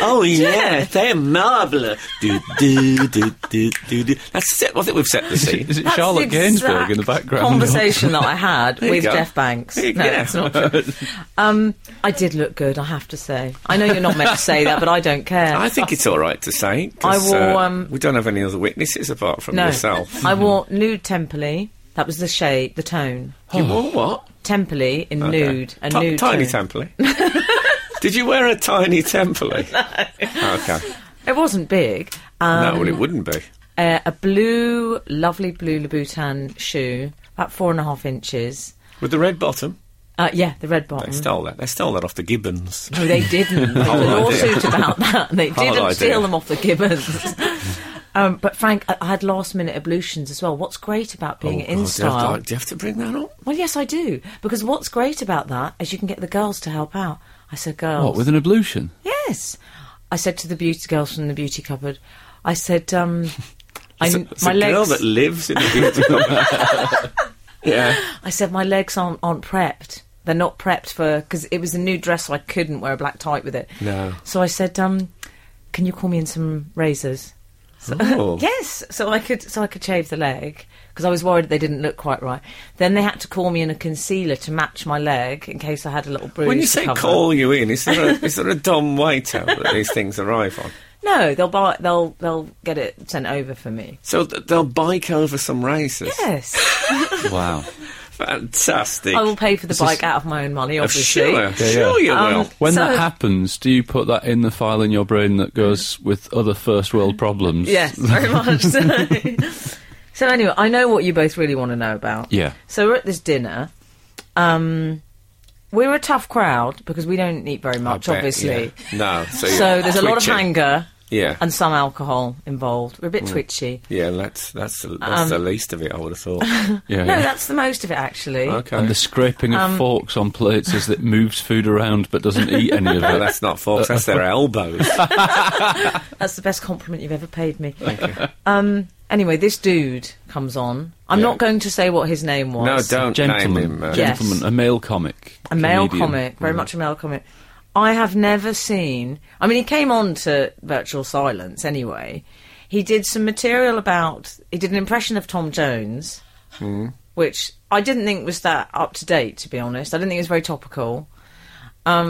Speaker 2: Oh yeah, they're marvelous. Do, do, do, do, do, do. That's it. I think we've set the scene.
Speaker 3: Is it
Speaker 4: That's the
Speaker 3: Charlotte Gainsbourg
Speaker 4: exact
Speaker 3: in the background?
Speaker 4: Conversation that I had
Speaker 2: you
Speaker 4: with
Speaker 2: go.
Speaker 4: Jeff Banks.
Speaker 2: There you
Speaker 4: No,
Speaker 2: go.
Speaker 4: that's not true. Um, I did look good, I have to say. I know you're not meant to say that, but I don't care.
Speaker 2: I think it's all right to say. 'cause,
Speaker 4: I will,
Speaker 2: uh,
Speaker 4: um,
Speaker 2: we don't have any other witnesses apart from
Speaker 4: no,
Speaker 2: yourself.
Speaker 4: I wore nude Templey. That was the shade, the tone.
Speaker 2: you wore what?
Speaker 4: Templey in
Speaker 2: Oh. Okay.
Speaker 4: nude, a
Speaker 2: Ti-
Speaker 4: nude
Speaker 2: tiny
Speaker 4: tone.
Speaker 2: template. Did you wear a tiny template? Okay.
Speaker 4: It wasn't big. Um,
Speaker 2: no, well, it wouldn't be.
Speaker 4: uh, a blue, lovely blue Louboutin shoe, about four and a half inches.
Speaker 2: With the red bottom,
Speaker 4: Uh, yeah, the red
Speaker 2: they
Speaker 4: bottom.
Speaker 2: stole that. They stole that off the Gibbons.
Speaker 4: No, they didn't. There was a
Speaker 2: Whole idea.
Speaker 4: lawsuit about that. They
Speaker 2: Whole
Speaker 4: didn't
Speaker 2: idea.
Speaker 4: steal them off the Gibbons. um, but Frank, I, I had last minute ablutions as well. What's great about being
Speaker 2: Oh, God,
Speaker 4: in
Speaker 2: do, I
Speaker 4: style?
Speaker 2: have to, do you have to bring that up?
Speaker 4: Well, yes, I do. Because what's great about that is you can get the girls to help out. I said, girls.
Speaker 3: What, with an ablution?
Speaker 4: yes. I said to the beauty girls from the beauty cupboard, I said, um, I,
Speaker 2: It's a, it's
Speaker 4: my
Speaker 2: a girl
Speaker 4: legs.
Speaker 2: that lives in the beauty complex. yeah.
Speaker 4: I said my legs aren't aren't prepped. They're not prepped for because it was a new dress, so I couldn't wear a black tight with it.
Speaker 2: No.
Speaker 4: So I said, um, "Can you call me in some razors?"
Speaker 2: Oh.
Speaker 4: Yes. So I could so I could shave the leg because I was worried they didn't look quite right. Then they had to call me in a concealer to match my leg in case I had a little bruise.
Speaker 2: When you
Speaker 4: to
Speaker 2: say
Speaker 4: cover.
Speaker 2: call you in, is there a, is there a dumb waiter that these things arrive on?
Speaker 4: no, they'll buy they'll they'll get it sent over for me.
Speaker 2: So th- they'll bike over some races.
Speaker 4: Yes,
Speaker 3: Wow.
Speaker 2: Fantastic.
Speaker 4: I will pay for the bike
Speaker 3: s-
Speaker 4: out of my own money,
Speaker 2: Oh,
Speaker 4: obviously.
Speaker 2: sure, sure you
Speaker 4: Um,
Speaker 2: will.
Speaker 3: When
Speaker 4: So-
Speaker 3: that happens, do you put that in the file in your brain that
Speaker 4: Mm.
Speaker 3: goes with other first world problems?
Speaker 4: Yes, very much so. so anyway, I know what you both really want to know about.
Speaker 3: Yeah.
Speaker 4: So we're at this dinner. Um, we're a tough crowd because we don't eat very much,
Speaker 2: I bet,
Speaker 4: obviously.
Speaker 2: yeah. No. So,
Speaker 4: So
Speaker 2: you're
Speaker 4: there's a lot of
Speaker 2: twitching.
Speaker 4: anger
Speaker 2: Yeah.
Speaker 4: and some alcohol involved. We're a
Speaker 2: Mm.
Speaker 4: bit twitchy.
Speaker 2: yeah, that's that's, the, that's the
Speaker 4: Um,
Speaker 2: least of it. I would have thought.
Speaker 3: Yeah.
Speaker 4: No,
Speaker 3: yeah.
Speaker 4: that's the most of it actually.
Speaker 2: Okay.
Speaker 3: And the scraping of
Speaker 4: Um,
Speaker 3: forks on plates as it moves food around but doesn't eat any of
Speaker 2: No,
Speaker 3: it.
Speaker 2: that's not forks. That's their elbows.
Speaker 4: That's the best compliment you've ever paid me. Um, Anyway, this dude comes on. I'm
Speaker 2: Yeah.
Speaker 4: not going to say what his name was.
Speaker 2: No, don't
Speaker 3: gentleman,
Speaker 2: name him. uh,
Speaker 4: Yeah.
Speaker 3: gentleman, a male comic,
Speaker 4: a male
Speaker 3: comedian.
Speaker 4: comic, very
Speaker 3: Yeah.
Speaker 4: much a male comic. I have never seen. I mean, he came on to Virtual Silence anyway. He did some material about. He did an impression of Tom Jones,
Speaker 2: Hmm.
Speaker 4: which I didn't think was that up to date. To be honest, I didn't think it was very topical.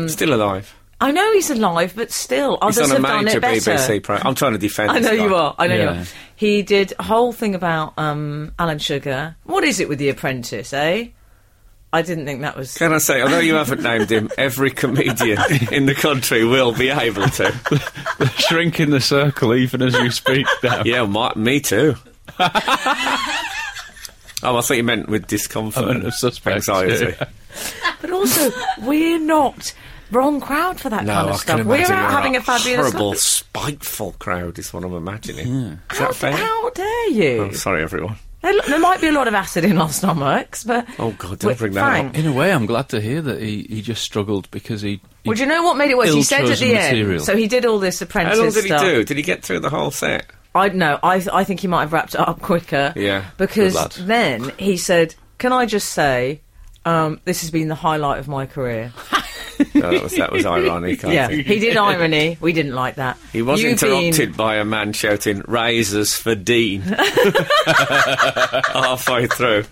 Speaker 2: Still alive.
Speaker 4: I know he's alive, but still, others
Speaker 2: He's on a
Speaker 4: have done
Speaker 2: major
Speaker 4: it better.
Speaker 2: BBC program. I'm trying to defend.
Speaker 4: I
Speaker 2: this
Speaker 4: know you
Speaker 2: guy.
Speaker 4: are. I know you
Speaker 3: Yeah.
Speaker 4: are. He did a whole thing about um, Alan Sugar. What is it with The Apprentice, eh? I didn't think that was.
Speaker 2: Can I say, although you haven't named him, every comedian in the country will be able to.
Speaker 3: Shrinking the circle even as you speak now.
Speaker 2: Yeah, my, me too. oh, I thought you meant with discomfort,
Speaker 3: I meant
Speaker 2: and
Speaker 3: of suspect,
Speaker 2: anxiety.
Speaker 4: But also, we're not wrong crowd for that
Speaker 2: No,
Speaker 4: kind of
Speaker 2: I
Speaker 4: stuff.
Speaker 2: can
Speaker 4: We're
Speaker 2: imagine
Speaker 4: out
Speaker 2: they're
Speaker 4: having
Speaker 2: a
Speaker 4: a fabulous
Speaker 2: horrible,
Speaker 4: time.
Speaker 2: spiteful crowd. Is what I'm imagining. Is
Speaker 4: How,
Speaker 2: that fair?
Speaker 4: how dare you?
Speaker 2: Oh, sorry, everyone.
Speaker 4: There, there might be a lot of acid in our stomachs, but
Speaker 2: Oh, God, don't
Speaker 4: Wait,
Speaker 2: bring that
Speaker 4: Frank,
Speaker 2: up.
Speaker 3: In a way, I'm glad to hear that he, he just struggled because he. he
Speaker 4: Well, do you know what made it worse? He said at
Speaker 3: Ill-chosen
Speaker 4: the end.
Speaker 3: material.
Speaker 4: So he did all this apprentice
Speaker 2: How long did he
Speaker 4: stuff.
Speaker 2: do? Did he get through the whole set?
Speaker 4: I know. I th- I think he might have wrapped it up quicker.
Speaker 2: Yeah,
Speaker 4: Because
Speaker 3: good lad.
Speaker 4: then he said, "Can I just say, um, this has been the highlight of my career."
Speaker 2: No, Oh, that was that was ironic. I
Speaker 4: yeah,
Speaker 2: think.
Speaker 4: he did irony. We didn't like that.
Speaker 2: He was
Speaker 4: You've been-
Speaker 2: interrupted by a man shouting "Razors for Dean" halfway through.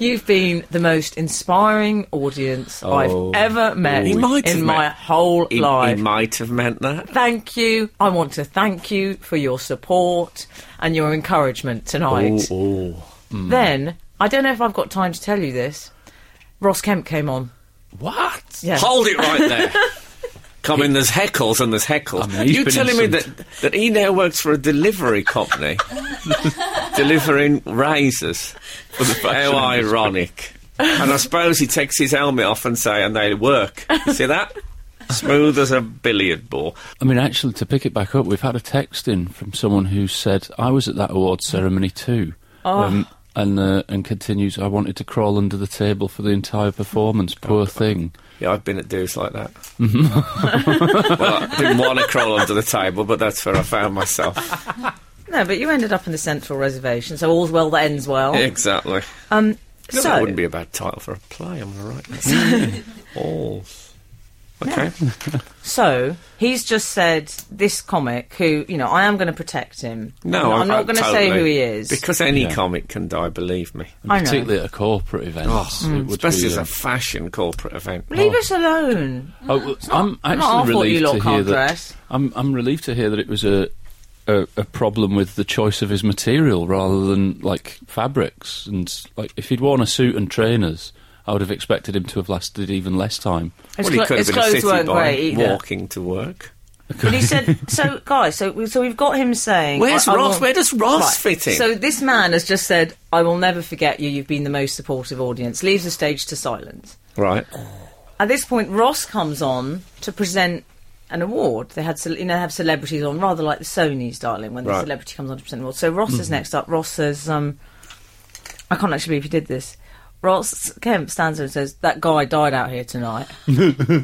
Speaker 4: You've been the most inspiring audience I've ever met
Speaker 2: Oh. He might have
Speaker 4: in my
Speaker 2: met-
Speaker 4: whole
Speaker 2: He, he
Speaker 4: life.
Speaker 2: might have meant that.
Speaker 4: thank you. I want to thank you for your support and your encouragement tonight.
Speaker 2: Oh, mm.
Speaker 4: Then, I don't know if I've got time to tell you this. Ross Kemp came on.
Speaker 3: what?
Speaker 4: Yeah.
Speaker 2: Hold it right there. Come in, there's heckles and there's heckles.
Speaker 3: I mean, he's
Speaker 2: you
Speaker 3: been
Speaker 2: telling
Speaker 3: in
Speaker 2: me
Speaker 3: some-
Speaker 2: that, that he now works for a delivery company delivering razors? How ironic. and I suppose he takes his helmet off and say, and they work. You see that? Smooth as a billiard ball.
Speaker 3: I mean, actually, to pick it back up, we've had a text in from someone who said, I was at that award ceremony too.
Speaker 4: Oh.
Speaker 3: Um, and, uh, and continues, I wanted to crawl under the table for the entire performance. Poor thing.
Speaker 2: Yeah, I've been at do's like that.
Speaker 3: Mm-hmm.
Speaker 2: well, I didn't want to crawl under the table, but that's where I found myself.
Speaker 4: No, but you ended up in the central reservation, so all's well that ends well.
Speaker 2: exactly.
Speaker 4: Um,
Speaker 2: No,
Speaker 4: so,
Speaker 2: that wouldn't be a bad title for a play. I'm all right. All. Okay.
Speaker 4: so he's just said this comic who, you know, I am going to protect him.
Speaker 2: No,
Speaker 4: I'm, not going to say who
Speaker 2: totally.
Speaker 4: he is.
Speaker 2: because any
Speaker 3: Yeah.
Speaker 2: comic can die. Believe me.
Speaker 3: And
Speaker 4: I know.
Speaker 3: particularly at a corporate event. it would
Speaker 2: Oh. Mm. Especially
Speaker 3: be,
Speaker 2: as
Speaker 3: uh,
Speaker 2: a fashion corporate event.
Speaker 4: Leave us alone.
Speaker 3: Oh, well, I'm
Speaker 4: not our fault
Speaker 3: actually
Speaker 4: you
Speaker 3: relieved
Speaker 4: lot
Speaker 3: to hear
Speaker 4: can't
Speaker 3: that.
Speaker 4: dress.
Speaker 3: I'm I'm relieved to hear that it was a, a a problem with the choice of his material rather than like fabrics and like if he'd worn a suit and trainers, I would have expected him to have lasted even less time.
Speaker 4: His,
Speaker 2: well, he
Speaker 4: clo-
Speaker 2: could have
Speaker 4: his
Speaker 2: been a
Speaker 4: clothes
Speaker 2: city
Speaker 4: weren't
Speaker 2: boy
Speaker 4: great either.
Speaker 2: walking to work.
Speaker 4: But he said, so guys, so we- so we've got him saying,
Speaker 2: Where's
Speaker 4: I- I
Speaker 2: Ross?
Speaker 4: want-
Speaker 2: Where does Ross fit in?
Speaker 4: So this man has just said, "I will never forget you. You've been the most supportive audience." Leaves the stage to silence.
Speaker 2: Right.
Speaker 4: At this point, Ross comes on to present an award. They had, ce- you know, have celebrities on, rather like the Sony's, darling, when the
Speaker 2: Right. Mm-hmm.
Speaker 4: celebrity comes on to present an award. So Ross is next up. Ross says, um, "I can't actually believe he did this." Ross Kemp stands there and says, "That guy died out here tonight."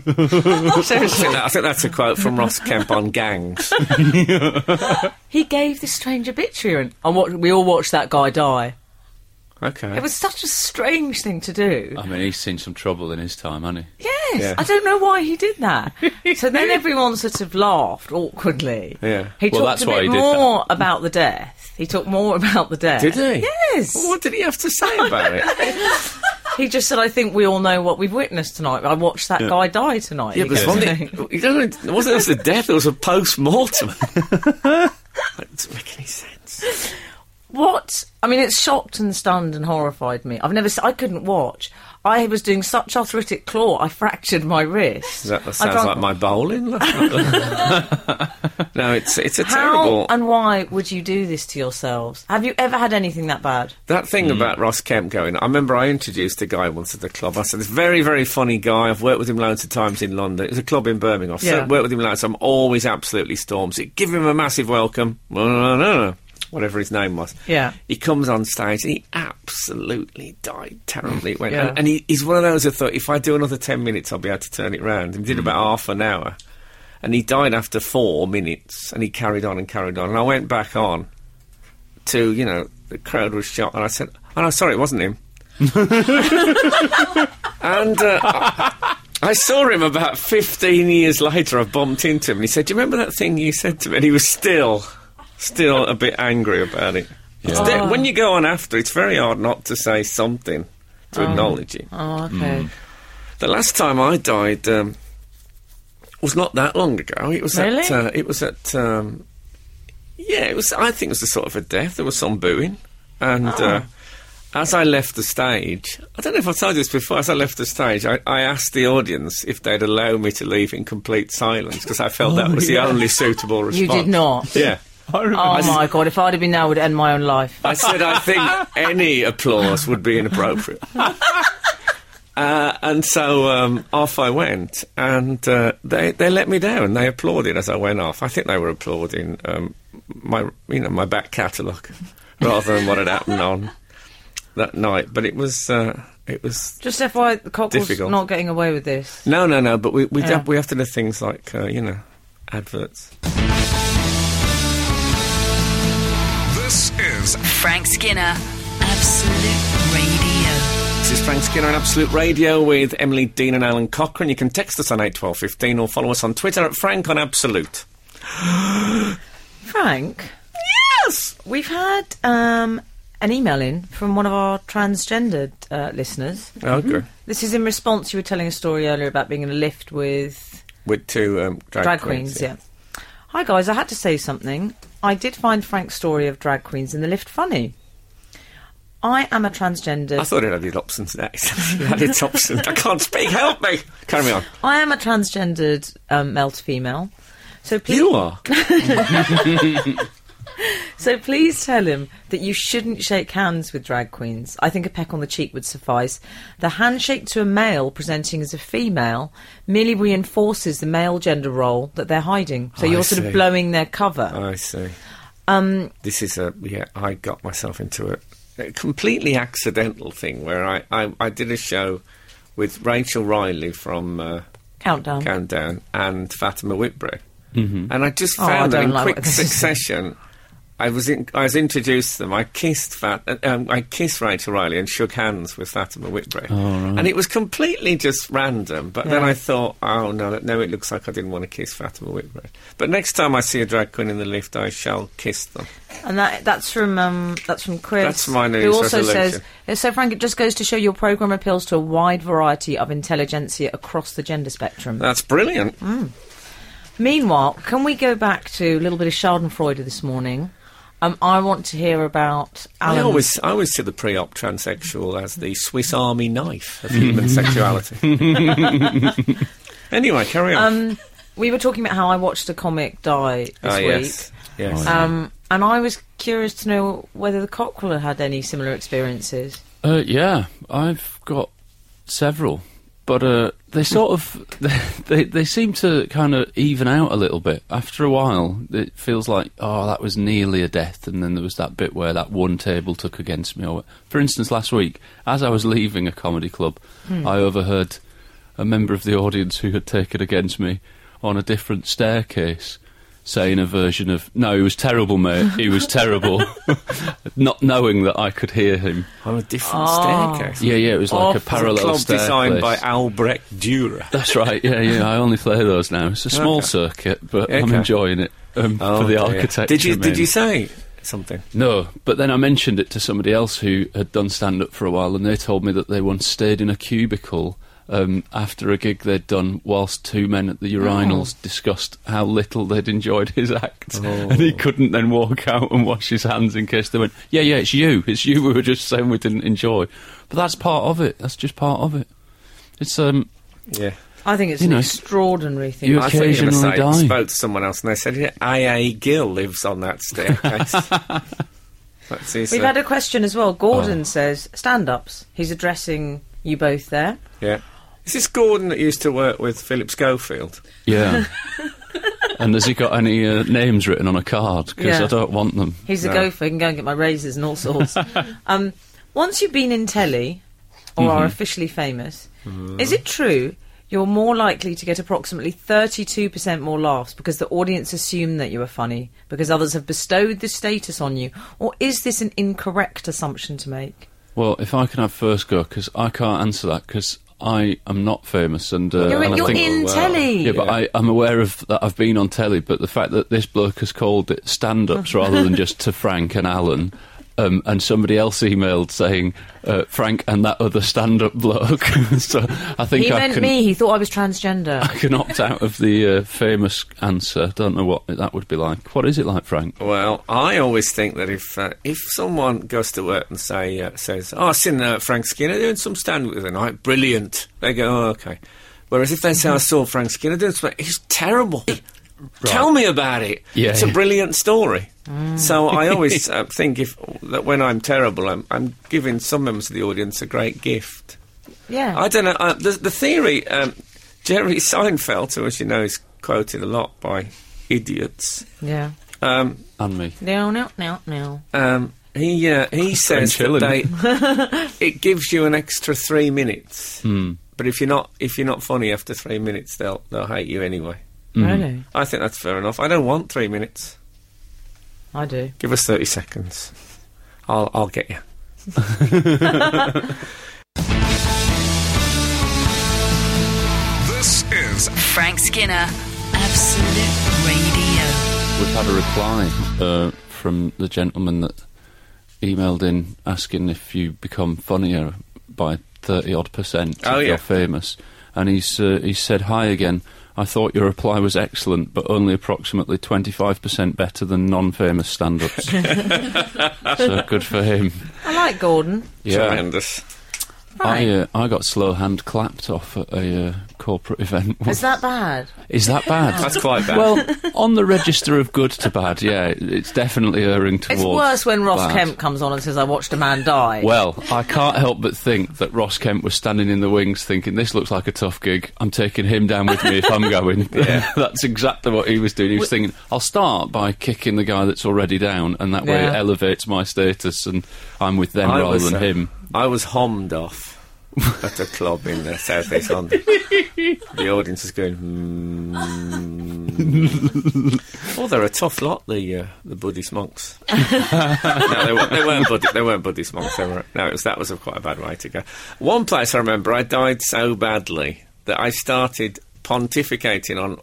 Speaker 2: I think, that- I think that's a quote from Ross Kemp on gangs.
Speaker 4: He gave this strange obituary, and what, we all watched that guy die.
Speaker 2: Okay.
Speaker 4: It was such a strange thing to do.
Speaker 3: I mean, he's seen some trouble in his time, hasn't he?
Speaker 4: Yes,
Speaker 2: Yeah.
Speaker 4: I don't know why he did that. so then everyone sort of laughed awkwardly.
Speaker 2: Yeah.
Speaker 4: he
Speaker 3: Well,
Speaker 4: talked
Speaker 3: that's
Speaker 4: a
Speaker 3: why
Speaker 4: bit
Speaker 3: he did
Speaker 4: more about the death. He talked more about the death.
Speaker 2: Did he?
Speaker 4: Yes.
Speaker 2: Well, what did he have to say about it?
Speaker 4: He just said, "I think we all know what we've witnessed tonight. I watched that guy die tonight."
Speaker 2: Yeah,
Speaker 4: He
Speaker 2: but
Speaker 4: goes,
Speaker 2: it's one thing- you don't, it wasn't just a death, it was a post mortem. that doesn't make any sense.
Speaker 4: What? I mean, it shocked and stunned and horrified me. I've never. s- I couldn't watch. I was doing such arthritic claw, I fractured my wrist.
Speaker 2: That, that
Speaker 4: I
Speaker 2: sounds
Speaker 4: drank-
Speaker 2: like my bowling. no, it's it's a
Speaker 4: How
Speaker 2: terrible.
Speaker 4: and why would you do this to yourselves? Have you ever had anything that bad?
Speaker 2: That thing about Ross Kemp going, I remember I introduced a guy once at the club. I said, this very, very funny guy. I've worked with him loads of times in London. It was a club in Birmingham. I've
Speaker 4: Yeah.
Speaker 2: worked with him loads. I'm always absolutely stormzy. Give him a massive welcome. Whatever his name was.
Speaker 4: Yeah.
Speaker 2: He comes on stage and he absolutely died terribly. It went,
Speaker 4: Yeah.
Speaker 2: And, and he, he's one of those I thought, if I do another 10 minutes, I'll be able to turn it round. And he did about half an hour. And he died after four minutes. And he carried on and carried on. And I went back on to, you know, the crowd was shocked, and I said, "Oh no, sorry, it wasn't him." and uh, I- I saw him about 15 years later. I bumped into him, and he said, "Do you remember that thing you said to me?" And he was still, still a bit angry about it. It's di- when you go on after, it's very hard not to say something to acknowledge it.
Speaker 4: Oh, okay.
Speaker 2: Mm. The last time I died um, was not that long ago. It was
Speaker 4: Really?
Speaker 2: at uh, it was at um, yeah. It was I think it was a sort of a death. There was some booing, and
Speaker 4: Oh.
Speaker 2: uh, as I left the stage, I don't know if I told you this before. As I left the stage, I, I asked the audience if they'd allow me to leave in complete silence because I felt that was the only suitable response.
Speaker 4: Oh, You did not.
Speaker 2: Yeah.
Speaker 4: Oh my god! If I'd have been there, I would end my own life.
Speaker 2: I said I think any applause would be inappropriate. Uh, and so um, off I went, and uh, they they let me down. They applauded as I went off. I think they were applauding um, my you know my back catalogue rather than what had happened on that night. But it was uh, it was
Speaker 4: Just FYI, the cockles
Speaker 2: Difficult.
Speaker 4: not getting away with this.
Speaker 2: no no no. But we we
Speaker 4: Yeah.
Speaker 2: have, we have to do things like uh, you know adverts.
Speaker 5: This is
Speaker 1: Frank Skinner, Absolute Radio.
Speaker 2: This is Frank Skinner on Absolute Radio with Emily Dean and Alan Cochrane. You can text us on 81215 or follow us on Twitter at Frank on Absolute.
Speaker 4: Frank,
Speaker 2: Yes!
Speaker 4: we've had um, an email in from one of our transgendered uh, listeners.
Speaker 2: Okay.
Speaker 4: This is in response. You were telling a story earlier about being in a lift with
Speaker 2: With two um, drag,
Speaker 4: drag queens. Yeah. Hi guys, I had to say something. I did find Frank's story of drag queens in the lift funny. I am a transgender.
Speaker 2: I thought it had options next. it had its options. I can't speak, help me! Carry on.
Speaker 4: I am a transgendered um, male to female. So please,
Speaker 2: You are.
Speaker 4: so please tell him that you shouldn't shake hands with drag queens. I think a peck on the cheek would suffice. The handshake to a male presenting as a female merely reinforces the male gender role that they're hiding. So
Speaker 2: I
Speaker 4: you're sort
Speaker 2: see.
Speaker 4: of blowing their cover.
Speaker 2: I see. Um, this is a yeah. I got myself into a, a completely accidental thing where I, I I did a show with Rachel Riley from uh,
Speaker 4: Countdown.
Speaker 2: Countdown and Fatima Whitbread, and I just
Speaker 4: Oh, I
Speaker 2: found that
Speaker 4: don't
Speaker 2: in
Speaker 4: like
Speaker 2: quick
Speaker 4: what this is.
Speaker 2: succession. I was in, I was introduced to them. I kissed Fat, uh, um, I kissed Rachel Riley and shook hands with Fatima Whitbread, and it was completely just random. But then
Speaker 4: Yeah.
Speaker 2: I thought, oh no, that- no, it looks like I didn't want to kiss Fatima Whitbread. But next time I see a drag queen in the lift, I shall kiss them.
Speaker 4: And that that's from um, that's from Chris.
Speaker 2: That's my New
Speaker 4: who
Speaker 2: Year's
Speaker 4: also
Speaker 2: resolution.
Speaker 4: says uh, so. Frank, it just goes to show your program appeals to a wide variety of intelligentsia across the gender spectrum.
Speaker 2: That's brilliant.
Speaker 4: Meanwhile, can we go back to a little bit of Schadenfreude this morning? Um, I want to hear about
Speaker 2: I
Speaker 4: Alan's
Speaker 2: always, I always see the pre-op transsexual as the Swiss Army knife of human sexuality. anyway, carry on.
Speaker 4: We were talking about how I watched a comic die this
Speaker 2: Ah,
Speaker 4: week,
Speaker 2: yes, yes.
Speaker 4: um, and I was curious to know whether the cockerel had any similar experiences.
Speaker 3: Uh, yeah, I've got several, but uh, they sort of they they seem to kind of even out a little bit after a while. It feels like oh, that was nearly a death, and then there was that bit where that one table took against me. Or what- for instance, last week as I was leaving a comedy club, I overheard a member of the audience who had taken against me on a different staircase saying a version of no he was terrible mate he was terrible not knowing that i could hear him
Speaker 2: on a different staircase.
Speaker 3: yeah, yeah, it was like
Speaker 4: Awful.
Speaker 3: a parallel
Speaker 2: oh. club
Speaker 3: staircase.
Speaker 2: designed by Albrecht Dürer.
Speaker 3: That's right. Yeah, yeah. I only play those now. It's a small
Speaker 2: Okay.
Speaker 3: circuit, but I'm
Speaker 2: Okay.
Speaker 3: enjoying it um,
Speaker 2: Oh,
Speaker 3: for the architecture.
Speaker 2: Did you did
Speaker 3: mainly.
Speaker 2: you say something?
Speaker 3: No, but then I mentioned it to somebody else who had done stand up for a while, and they told me that they once stayed in a cubicle um, after a gig they'd done whilst two men at the urinals discussed how little they'd enjoyed his act. And he couldn't then walk out and wash his hands in case they went, Yeah, yeah, it's you. It's you we were just saying we didn't enjoy. But that's part of it. That's just part of it. It's um,
Speaker 2: Yeah.
Speaker 4: I think it's
Speaker 3: You
Speaker 4: an
Speaker 3: know,
Speaker 4: extraordinary thing.
Speaker 3: you-
Speaker 2: I thought you were gonna
Speaker 3: Occasionally
Speaker 2: say,
Speaker 3: die.
Speaker 2: spoke to someone else and they said, yeah, I.A. Gill lives on that staircase. That's his,
Speaker 4: We've
Speaker 2: uh,
Speaker 4: had a question as well.
Speaker 2: Oh.
Speaker 4: Gordon says stand ups. He's addressing you both there.
Speaker 2: yeah. Is this Gordon that used to work with Philip Schofield?
Speaker 3: Yeah. and has he got any uh, names written on a card? Because
Speaker 4: Yeah.
Speaker 3: I don't want them.
Speaker 4: He's a
Speaker 2: No.
Speaker 4: gopher. He can go and get my razors and all sorts. um,
Speaker 3: Mhm. Mm-hmm.
Speaker 4: once you've been in telly or are officially famous, is it true you're more likely to get approximately 32% more laughs because the audience assume that you are funny because others have bestowed this status on you. Or is this an incorrect assumption to make?
Speaker 3: Well, if I can have first go, because I can't answer that, because I am not famous, and uh,
Speaker 4: You're in-
Speaker 3: and I
Speaker 4: you're
Speaker 3: think-
Speaker 4: in
Speaker 3: Well,
Speaker 4: telly.
Speaker 3: Yeah, but I, I'm aware of that. I've been on telly, but the fact that this bloke has called it stand-ups rather than just to Frank and Alan. Um, and somebody else emailed saying uh, Frank and that other stand-up bloke. so I think
Speaker 4: He
Speaker 3: I
Speaker 4: meant
Speaker 3: can
Speaker 4: me. He thought I was transgender.
Speaker 3: I can opt out of the uh, famous answer. Don't know what that would be like. What is it like, Frank?
Speaker 2: Well, I always think that if uh, if someone goes to work and say uh, says, "Oh, I've seen uh, Frank Skinner doing some stand up the other night, brilliant," they go, "Oh, okay." Whereas if they say,
Speaker 3: Mm-hmm.
Speaker 2: "I saw Frank Skinner doing some," he's terrible. Tell me about it.
Speaker 3: Yeah. Mm.
Speaker 2: It's a brilliant story. So I always uh, think if that when I'm terrible, I'm, I'm giving some members of the audience a great gift.
Speaker 4: Yeah.
Speaker 2: I don't know. Uh, the, the theory, um, Jerry Seinfeld, who, as you know, is quoted a lot by idiots.
Speaker 4: yeah.
Speaker 2: Um,
Speaker 3: And me.
Speaker 4: No, no, no, no.
Speaker 2: um, he uh, he says that
Speaker 3: chilling.
Speaker 2: they, it gives you an extra three minutes.
Speaker 3: Hmm.
Speaker 2: But if you're not if you're not funny after three minutes, they'll they'll hate you anyway.
Speaker 3: Mm.
Speaker 4: Really?
Speaker 2: I think that's fair enough. I don't want three minutes.
Speaker 4: I do.
Speaker 2: Give us thirty seconds. I'll I'll get you.
Speaker 5: This is
Speaker 1: Frank Skinner, Absolute Radio.
Speaker 3: We've had a reply uh, from the gentleman that emailed in asking if you become funnier by 30 odd percent if
Speaker 2: Oh, yeah.
Speaker 3: you're famous. And he's, uh, he said, Hi again. I thought your reply was excellent, but only approximately 25% better than non famous stand ups. so good for him.
Speaker 4: I like Gordon.
Speaker 2: Tremendous.
Speaker 3: I,
Speaker 4: Right.
Speaker 3: uh, I got slow hand clapped off at a uh, corporate event.
Speaker 4: Is that bad?
Speaker 3: Is that bad?
Speaker 2: That's quite bad.
Speaker 3: Well, on the register of good to bad, yeah, it's definitely erring towards.
Speaker 4: It's worse when Ross
Speaker 3: bad.
Speaker 4: Kemp comes on and says, I watched a man die.
Speaker 3: Well, I can't help but think that Ross Kemp was standing in the wings thinking, this looks like a tough gig. I'm taking him down with me if I'm going. that's exactly what he was doing. He was thinking, I'll start by kicking the guy that's already down, and that way it
Speaker 4: Yeah.
Speaker 3: elevates my status and I'm with them rather than
Speaker 2: uh,
Speaker 3: him.
Speaker 2: I was hommed off at a club in uh, South East London. the audience is going, hmm. oh, they're a tough lot, the uh, the Buddhist monks. no, they, weren't- they weren't Buddhist, they weren't Buddhist monks. They were, no, it was, that was a, quite a bad way to go. One place I remember, I died so badly that I started pontificating on.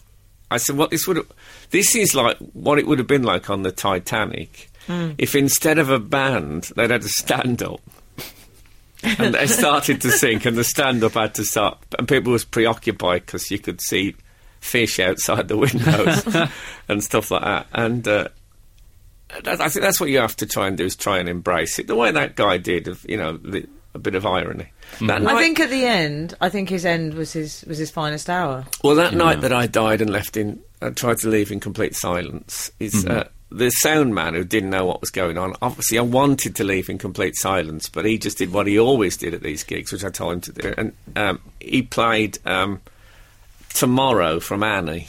Speaker 2: I said, "What this would? have- This is like what it would have been like on the Titanic if instead of a band they'd had a stand-up." and they started to sink, and the stand-up had to start, and people was preoccupied because you could see fish outside the windows and stuff like that. And uh, that, I think that's what you have to try and do is try and embrace it the way that guy did, of you know, the, a bit of irony. That night,
Speaker 4: I think at the end, I think his end was his was his finest hour.
Speaker 2: well, that night that I died and left in, uh, tried to leave in complete silence is. Uh, the sound man who didn't know what was going on. Obviously, I wanted to leave in complete silence, but he just did what he always did at these gigs, which I told him to do. And um, he played um, tomorrow from Annie.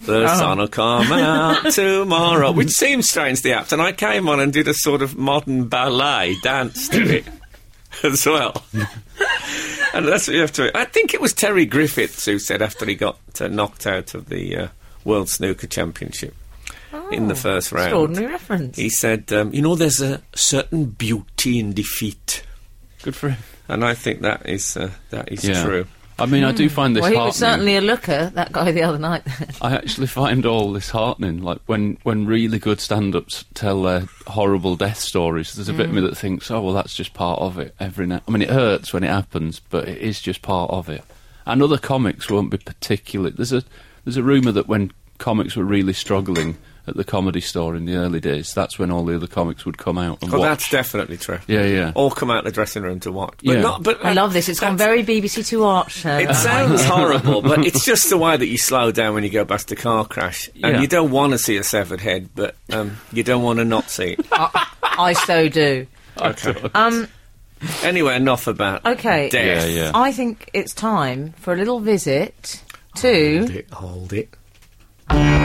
Speaker 2: the sun will come out tomorrow, which seems strange to the apt. And I came on and did a sort of modern ballet dance to it as well. and that's what you have to. I think it was Terry Griffiths who said after he got uh, knocked out of the uh, World Snooker Championship in the first round.
Speaker 4: Extraordinary reference.
Speaker 2: He said, um, "You know, there's a certain beauty in defeat,"
Speaker 3: Good for him.
Speaker 2: and I think that is uh, that is
Speaker 3: Yeah.
Speaker 2: true.
Speaker 3: I mean, I do find this
Speaker 4: well, he
Speaker 3: heartening.
Speaker 4: was certainly a looker, that guy the other night.
Speaker 3: I actually find all this heartening. Like when, when really good stand-ups tell their horrible death stories, there's a bit of me that thinks, oh well, that's just part of it. Every now, I mean, it hurts when it happens, but it is just part of it. And other comics won't be particularly. There's a there's a rumor that when comics were really struggling at the comedy store in the early days, that's when all the other comics would come out and
Speaker 2: Well,
Speaker 3: watch.
Speaker 2: that's definitely true.
Speaker 3: Yeah, yeah.
Speaker 2: All come out of the dressing room to watch. But
Speaker 3: Yeah.
Speaker 2: not, but
Speaker 4: I love this. It's gone very BBC Two uh, Art show.
Speaker 2: It sounds horrible, but it's just the way that you slow down when you go past a car crash, and
Speaker 3: Yeah.
Speaker 2: you don't want to see a severed head, but um, you don't want to not see it.
Speaker 4: I so do.
Speaker 2: Anyway, enough about
Speaker 4: Um, Okay.
Speaker 2: death.
Speaker 3: Yeah, yeah.
Speaker 4: I think it's time for a little visit
Speaker 3: Oh,
Speaker 4: to.
Speaker 2: Hold it. Hold it.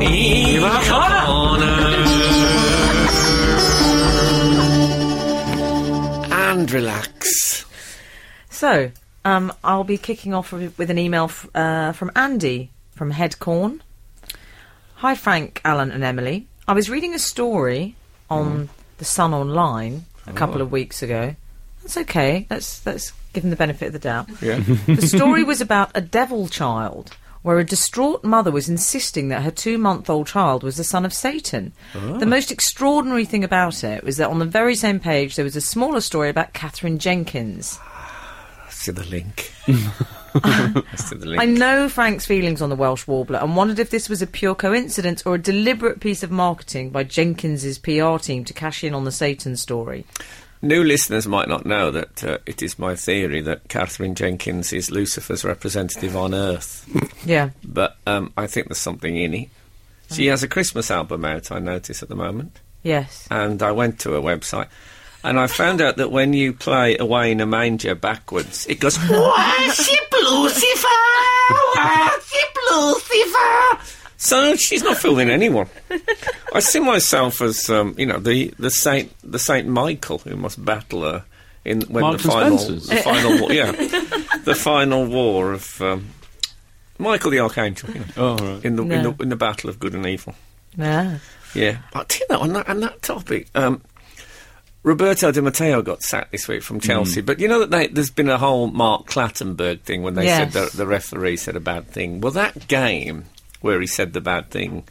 Speaker 2: Eva Connor. And relax.
Speaker 4: So, um, I'll be kicking off with with an email f- uh, from Andy from Headcorn. Hi, Frank, Alan, and Emily. I was reading a story on the Sun Online a couple of weeks ago. That's okay. Let's let's give him the benefit of the doubt.
Speaker 2: Yeah.
Speaker 4: The story was about a devil child, where a distraught mother was insisting that her two month old child was the son of Satan. The most extraordinary thing about it was that on the very same page there was a smaller story about Catherine Jenkins.
Speaker 2: Let's see the link. Let's see the
Speaker 4: I
Speaker 2: link.
Speaker 4: know Frank's feelings on the Welsh Warbler and wondered if this was a pure coincidence or a deliberate piece of marketing by Jenkins's PR team to cash in on the Satan story.
Speaker 2: New listeners might not know that uh, it is my theory that Catherine Jenkins is Lucifer's representative on Earth.
Speaker 4: Yeah.
Speaker 2: But um, I think there's something in it. She has a Christmas album out, I notice, at the moment.
Speaker 4: Yes.
Speaker 2: and I went to her website. And I found out that when you play Away in a Manger backwards, it goes, Worship Lucifer! Worship Lucifer! So she's not fooling anyone. I see myself as, um, you know, the, the Saint the Saint Michael who must battle her in when
Speaker 3: Marks
Speaker 2: the
Speaker 3: and
Speaker 2: final
Speaker 3: Spencers.
Speaker 2: the final war, yeah, the final war of um, Michael the Archangel you know,
Speaker 3: Oh, right.
Speaker 2: in the in
Speaker 4: No.
Speaker 2: the in the battle of good and evil.
Speaker 4: Yeah.
Speaker 2: Yeah. I tell you that, on that, on that topic, um, Roberto Di Matteo got sacked this week from Chelsea. But you know that they, there's been a whole Mark Clattenburg thing when they
Speaker 4: Yes.
Speaker 2: said the, the referee said a bad thing. Well, that game where he said the bad thing.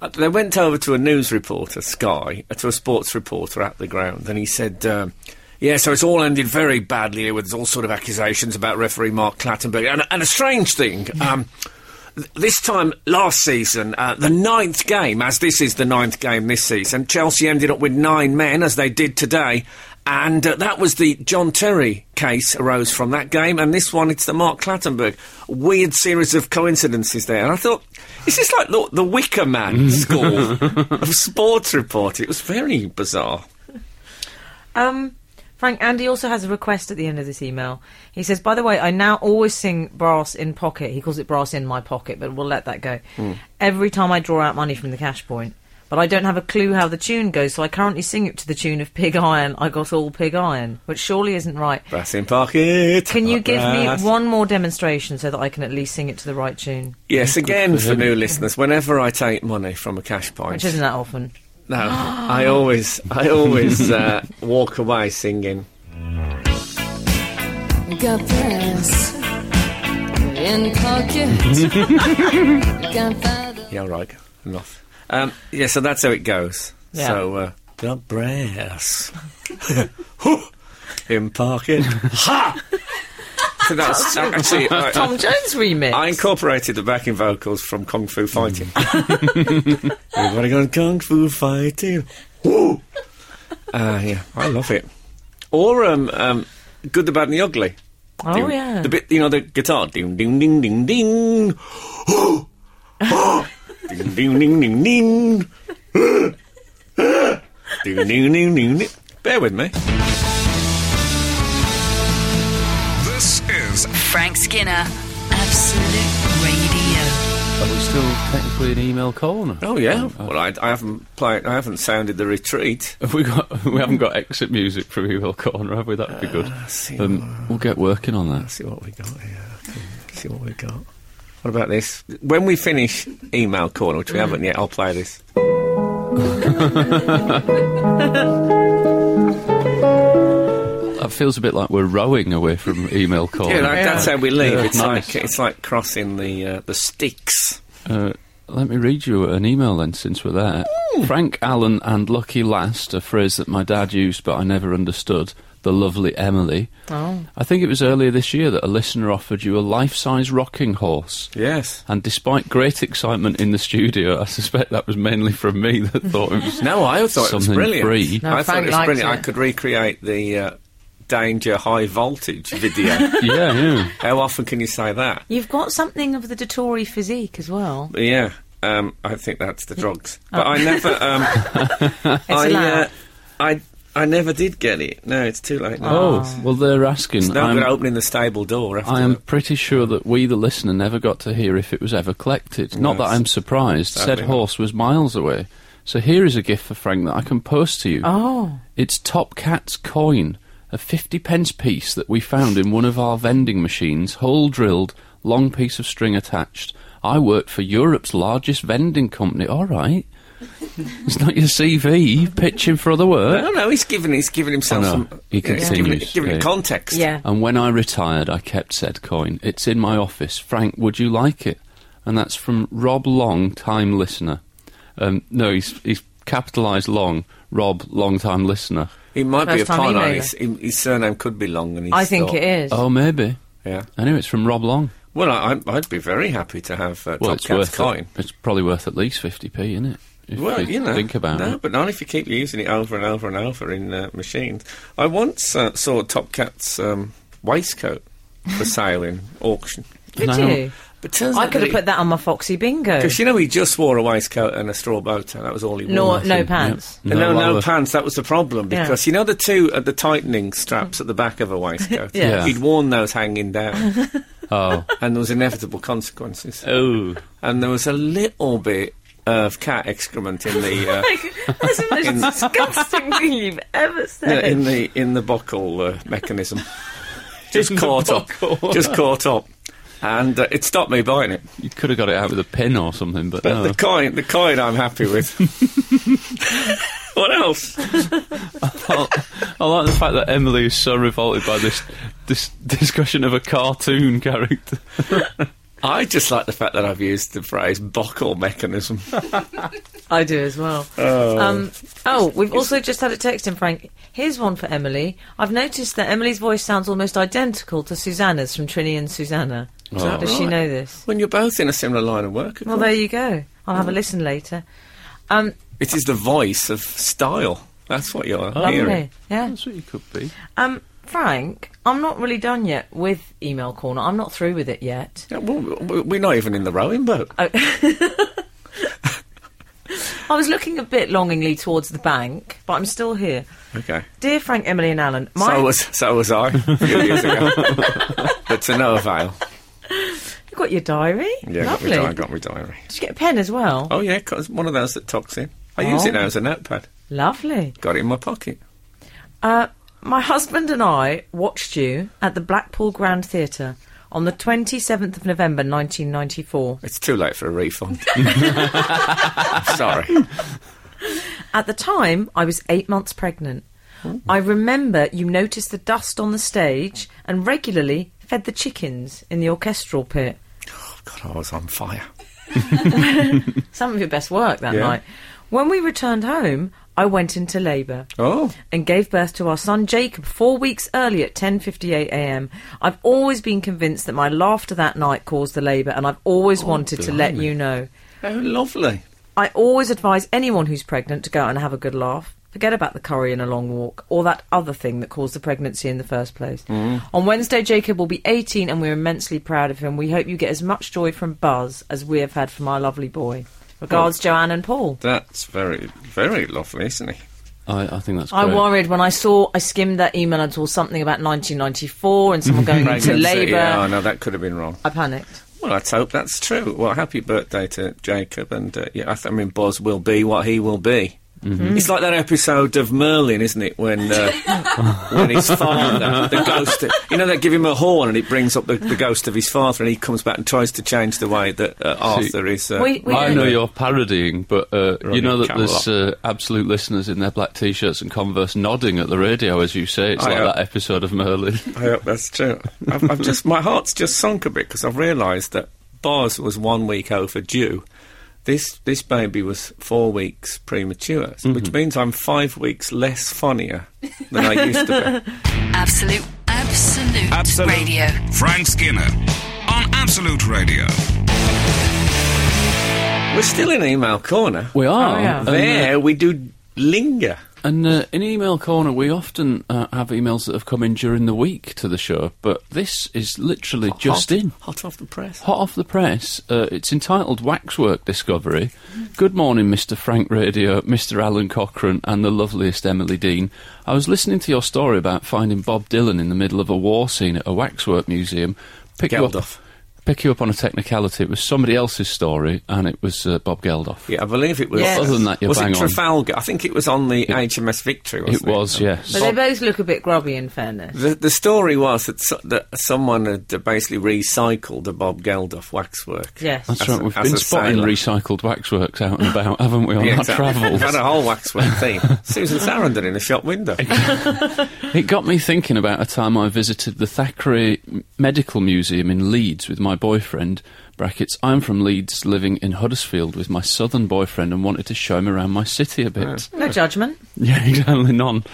Speaker 2: uh, They went over to a news reporter, Sky, uh, to a sports reporter at the ground, and he said, um, Yeah, so it's all ended very badly here with all sort of accusations about referee Mark Clattenburg. And, and a strange thing, um, this time last season, uh, the ninth game, as this is the ninth game this season, Chelsea ended up with nine men, as they did today. And uh, that was the John Terry case arose from that game, and this one it's the Mark Clattenburg. Weird series of coincidences there. And I thought, is this like the, the Wicker Man school of sports report? It was very bizarre.
Speaker 4: Um, Frank, Andy also has a request at the end of this email. He says, by the way, I now always sing Brass in Pocket. He calls it Brass in My Pocket, but we'll let that go. Every time I draw out money from the cash point. But I don't have a clue how the tune goes, so I currently sing it to the tune of Pig Iron, I Got All Pig Iron, which surely isn't right.
Speaker 2: Brass in pocket.
Speaker 4: Can you give me
Speaker 2: Brass.
Speaker 4: one more demonstration so that I can at least sing it to the right tune?
Speaker 2: Yes, again for new listeners. Whenever I take money from a cash point,
Speaker 4: Which isn't that often.
Speaker 2: No, I always, I always uh, walk away singing.
Speaker 6: Got brass in pocket. Gunpowder.
Speaker 2: Yeah, all right, enough. Um, yeah, so that's how it goes.
Speaker 4: Yeah.
Speaker 2: So, uh, got brass in pocket. Ha! So that's actually. I,
Speaker 4: Tom Jones remix.
Speaker 2: I incorporated the backing vocals from Kung Fu Fighting.
Speaker 4: Mm.
Speaker 2: Everybody going Kung Fu Fighting. Woo! Uh, yeah, I love it. Or um, um, Good, the Bad, and the Ugly.
Speaker 4: oh,
Speaker 2: Doom.
Speaker 4: yeah.
Speaker 2: The bit, you know, the guitar. Ding, ding, ding, ding, ding. ding, ding, ding, ding, ding. ding, ding, ding, ding, ding. Bear with me.
Speaker 5: This is
Speaker 1: Frank Skinner, Absolute Radio.
Speaker 3: Are we still technically an email corner?
Speaker 2: Oh yeah. Well, I, I haven't played. I haven't sounded the retreat.
Speaker 3: Have we got? We haven't got exit music from email corner, have we? That'd be good.
Speaker 2: see
Speaker 3: Um, we'll get working on that.
Speaker 2: Let's see what we got here. Okay, Let's see what we got. What about this? When we finish email corner, which we haven't yet, I'll play this.
Speaker 3: That feels a bit like we're rowing away from email corner.
Speaker 2: Yeah, like, that's how we leave.
Speaker 3: Yeah,
Speaker 2: it's
Speaker 3: nice.
Speaker 2: like it's like crossing the uh, the sticks.
Speaker 3: Uh, let me read you an email then, since we're there. Frank Allen and Lucky Last, a phrase that my dad used but I never understood. The lovely Emily.
Speaker 4: Oh.
Speaker 3: I think it was earlier this year that a listener offered you a life size rocking horse.
Speaker 2: Yes.
Speaker 3: And despite great excitement in the studio, I suspect that was mainly from me that thought it was.
Speaker 2: No, I thought it was
Speaker 3: Something
Speaker 2: brilliant.
Speaker 3: free.
Speaker 4: No,
Speaker 2: I thought
Speaker 4: Frank
Speaker 2: it was
Speaker 4: liked
Speaker 2: brilliant.
Speaker 4: it.
Speaker 2: I could recreate the uh, danger high voltage video.
Speaker 3: yeah, yeah.
Speaker 2: How often can you say that?
Speaker 4: You've got something of the Dottori physique as well.
Speaker 2: But yeah, um, I think that's the drugs. But I never, um,
Speaker 4: Oh. It's
Speaker 2: I,
Speaker 4: allowed.
Speaker 2: uh, I, I never did get it. No, it's too late. Now.
Speaker 3: Oh, well, they're asking.
Speaker 2: It's no
Speaker 3: I'm-
Speaker 2: good opening the stable door. After
Speaker 3: I am
Speaker 2: that.
Speaker 3: pretty sure that we, the listener, never got to hear if it was ever collected. Not that
Speaker 2: Yes.
Speaker 3: I'm surprised.
Speaker 2: Sadly
Speaker 3: Said
Speaker 2: not.
Speaker 3: horse was miles away. So here is a gift for Frank that I can post to you.
Speaker 4: Oh.
Speaker 3: It's Top Cat's coin, a 50 pence piece that we found in one of our vending machines, hole drilled, long piece of string attached. I worked for Europe's largest vending company. All right. it's not your CV, pitching for other work.
Speaker 2: No, no, he's giving he's giving himself
Speaker 3: Oh, no.
Speaker 2: some.
Speaker 3: He
Speaker 2: yeah, he's giving,
Speaker 3: continues,
Speaker 2: it- giving it
Speaker 3: yeah.
Speaker 2: context.
Speaker 4: Yeah.
Speaker 3: And when I retired, I kept said coin. It's in my office. Frank, would you like it? And that's from Rob Long, time listener. Um, no, he's, he's capitalised long. Rob, long time listener.
Speaker 2: He might be a
Speaker 4: First time he
Speaker 2: pun
Speaker 4: knew
Speaker 2: on
Speaker 4: that.
Speaker 2: his, his surname could be long, and he's
Speaker 4: I think
Speaker 2: thought-
Speaker 4: it is.
Speaker 3: Oh, maybe.
Speaker 2: Yeah.
Speaker 3: Anyway, it's from Rob Long.
Speaker 2: Well, I, I'm- I'd be very happy to have uh,
Speaker 3: Well,
Speaker 2: Top
Speaker 3: it's
Speaker 2: Cat's
Speaker 3: worth
Speaker 2: coin.
Speaker 3: It. It's probably worth at least 50p, isn't it? If
Speaker 2: Well, you know,
Speaker 3: think about
Speaker 2: no,
Speaker 3: it.
Speaker 2: but not if you keep using it over and over and over in uh, machines. I once uh, saw Top Cat's um, waistcoat for sale in auction,
Speaker 4: Did
Speaker 3: No.
Speaker 4: you?
Speaker 2: but turns out
Speaker 4: I could
Speaker 2: that
Speaker 4: have
Speaker 2: he-
Speaker 4: put that on my Foxy Bingo.
Speaker 2: Because you know he just wore a waistcoat and a straw bow tie. That was all he wore.
Speaker 4: No,
Speaker 2: And
Speaker 4: no pants.
Speaker 3: Yep.
Speaker 2: no, no,
Speaker 3: lower.
Speaker 2: pants. That was the problem
Speaker 4: Yeah.
Speaker 2: because you know the two at the tightening straps at the back of a waistcoat.
Speaker 4: Yeah.
Speaker 3: Yeah.
Speaker 2: He'd worn those hanging down,
Speaker 3: Oh.
Speaker 2: and there was inevitable consequences.
Speaker 3: oh.
Speaker 2: And there was a little bit of cat excrement in the
Speaker 4: Oh
Speaker 2: uh,
Speaker 4: That's the most disgusting thing you've ever said.
Speaker 2: in the in the buckle uh, mechanism. just caught up. Just caught up. And uh, it stopped me buying it.
Speaker 3: You could have got it out with a pin or something, but,
Speaker 2: But
Speaker 3: no.
Speaker 2: the coin, the coin, I'm happy with. what else?
Speaker 3: I like the fact that Emily is so revolted by this this discussion of a cartoon character.
Speaker 2: I just like the fact that I've used the phrase buckle mechanism.
Speaker 4: I do as well. Um, oh, we've also just had a text in, Frank. Here's one for Emily. I've noticed that Emily's voice sounds almost identical to Susanna's from Trini and Susanna.
Speaker 2: that
Speaker 4: Does she
Speaker 2: right?
Speaker 4: know this?
Speaker 2: When you're both in a similar line of work, of
Speaker 4: Well,
Speaker 2: course.
Speaker 4: there you go. I'll
Speaker 2: Mm.
Speaker 4: have a listen later. Um,
Speaker 2: it is the voice of style. That's what you're hearing.
Speaker 4: lovely. Yeah.
Speaker 3: That's what you could be.
Speaker 4: Um, Frank, I'm not really done yet with Email Corner. I'm not through with it yet.
Speaker 2: Yeah, well, w- we're not even in the rowing boat.
Speaker 4: I was looking a bit longingly towards the bank, but I'm still here.
Speaker 2: Okay.
Speaker 4: Dear Frank, Emily, and Alan, my
Speaker 2: So was so was I a few years ago, but to no avail.
Speaker 4: you got your diary.
Speaker 2: Yeah, got
Speaker 4: Lovely.
Speaker 2: my, di- I got my diary.
Speaker 4: Did you get a pen as well?
Speaker 2: Oh yeah, 'cause one of those that tucks in. I use it
Speaker 4: Oh.
Speaker 2: now as a notepad.
Speaker 4: Lovely.
Speaker 2: Got it in my pocket.
Speaker 4: Uh, my husband and I watched you at the Blackpool Grand Theatre on the 27th of November 1994.
Speaker 2: It's too late for a refund. Sorry.
Speaker 4: At the time, I was eight months pregnant. I remember you noticed the dust on the stage and regularly fed the chickens in the orchestral pit.
Speaker 2: God, I was on fire.
Speaker 4: Some of your best work that
Speaker 2: Yeah.
Speaker 4: night. When we returned home, I went into labour.
Speaker 2: Oh,
Speaker 4: and gave birth to our son Jacob four weeks early at 10:58 a.m. I've always been convinced that my laughter that night caused the labour, and I've always wanted to let you know.
Speaker 2: how lovely.
Speaker 4: I always advise anyone who's pregnant to go out and have a good laugh. Forget about the curry and a long walk, or that other thing that caused the pregnancy in the first place. On Wednesday, Jacob will be 18, and we're immensely proud of him. We hope you get as much joy from Buzz as we have had from our lovely boy. Regards, Joanne and Paul.
Speaker 2: That's very, very lovely, isn't it?
Speaker 3: I, I think that's
Speaker 4: I
Speaker 3: great.
Speaker 4: worried when I saw I skimmed that email and saw something about 1994 and someone going into
Speaker 2: Pregnancy,
Speaker 4: labour.
Speaker 2: yeah, Oh, no, that could have been wrong.
Speaker 4: I panicked.
Speaker 2: Well, let's hope that's true. Well, happy birthday to Jacob. And, uh, yeah, I, th- I mean, Buzz will be what he will be. It's like that episode of Merlin, isn't it? When uh, when his father, the ghost, you know, they give him a horn and it brings up the, the ghost of his father, and he comes back and tries to change the way that uh,
Speaker 3: See,
Speaker 2: Arthur is. Uh,
Speaker 4: We- we
Speaker 3: I
Speaker 4: don't-
Speaker 3: know you're parodying, but uh, you know that
Speaker 2: Camelot.
Speaker 3: there's uh, absolute listeners in their black t-shirts and Converse nodding at the radio as you say.
Speaker 4: Oh,
Speaker 3: It's
Speaker 2: I
Speaker 3: like
Speaker 2: hope-
Speaker 3: that episode of Merlin.
Speaker 2: I hope that's true. I've, I've just my heart's just sunk a bit because I've realised that Boz was one week overdue. This this baby was four weeks premature, s-
Speaker 3: Mm-hmm.
Speaker 2: which means I'm five weeks less funnier than I used to be.
Speaker 1: Absolute, absolute,
Speaker 2: Absolute.
Speaker 1: radio.
Speaker 5: Frank Skinner on Absolute Radio.
Speaker 2: We're still in email corner.
Speaker 3: We are.
Speaker 4: Oh, yeah.
Speaker 3: And, uh,
Speaker 2: there. we do linger.
Speaker 3: And uh, in email corner, we often uh, have emails that have come in during the week to the show, but this is literally just
Speaker 2: hot,
Speaker 3: in.
Speaker 2: hot off the press.
Speaker 3: Hot off the press, uh, it's entitled Waxwork Discovery. Good morning, Mr. Frank Radio, Mr. Alan Cochrane, and the loveliest Emily Dean. I was listening to your story about finding Bob Dylan in the middle of a war scene at a waxwork museum. Pick you up-
Speaker 2: Geldof.
Speaker 3: pick you up on a technicality. It was somebody else's story, and it was uh, Bob Geldof.
Speaker 2: Yeah, I believe it was.
Speaker 4: Yes.
Speaker 3: Other than that, you're
Speaker 2: was
Speaker 3: bang
Speaker 2: it
Speaker 3: on.
Speaker 2: Trafalgar? I think it was on the HMS Victory. Wasn't it
Speaker 3: It was, yes.
Speaker 4: But they both look a bit grubby, in fairness.
Speaker 2: The, the story was that, so, that someone had uh, basically recycled a Bob Geldof waxwork.
Speaker 4: Yes.
Speaker 3: That's
Speaker 2: as
Speaker 3: right.
Speaker 2: a-
Speaker 3: We've
Speaker 2: as
Speaker 3: been
Speaker 2: a
Speaker 3: spotting
Speaker 2: sailor.
Speaker 3: recycled waxworks out and about, haven't we, on
Speaker 2: Yeah,
Speaker 3: our
Speaker 2: exactly.
Speaker 3: travels?
Speaker 2: Had a whole waxwork thing. Susan Sarandon in a shop window.
Speaker 3: It got me thinking about a time I visited the Thackeray M- Medical Museum in Leeds with my boyfriend. Brackets. I'm from Leeds, living in Huddersfield with my southern boyfriend, and wanted to show him around my city a bit.
Speaker 4: No judgment.
Speaker 3: Yeah, exactly. None,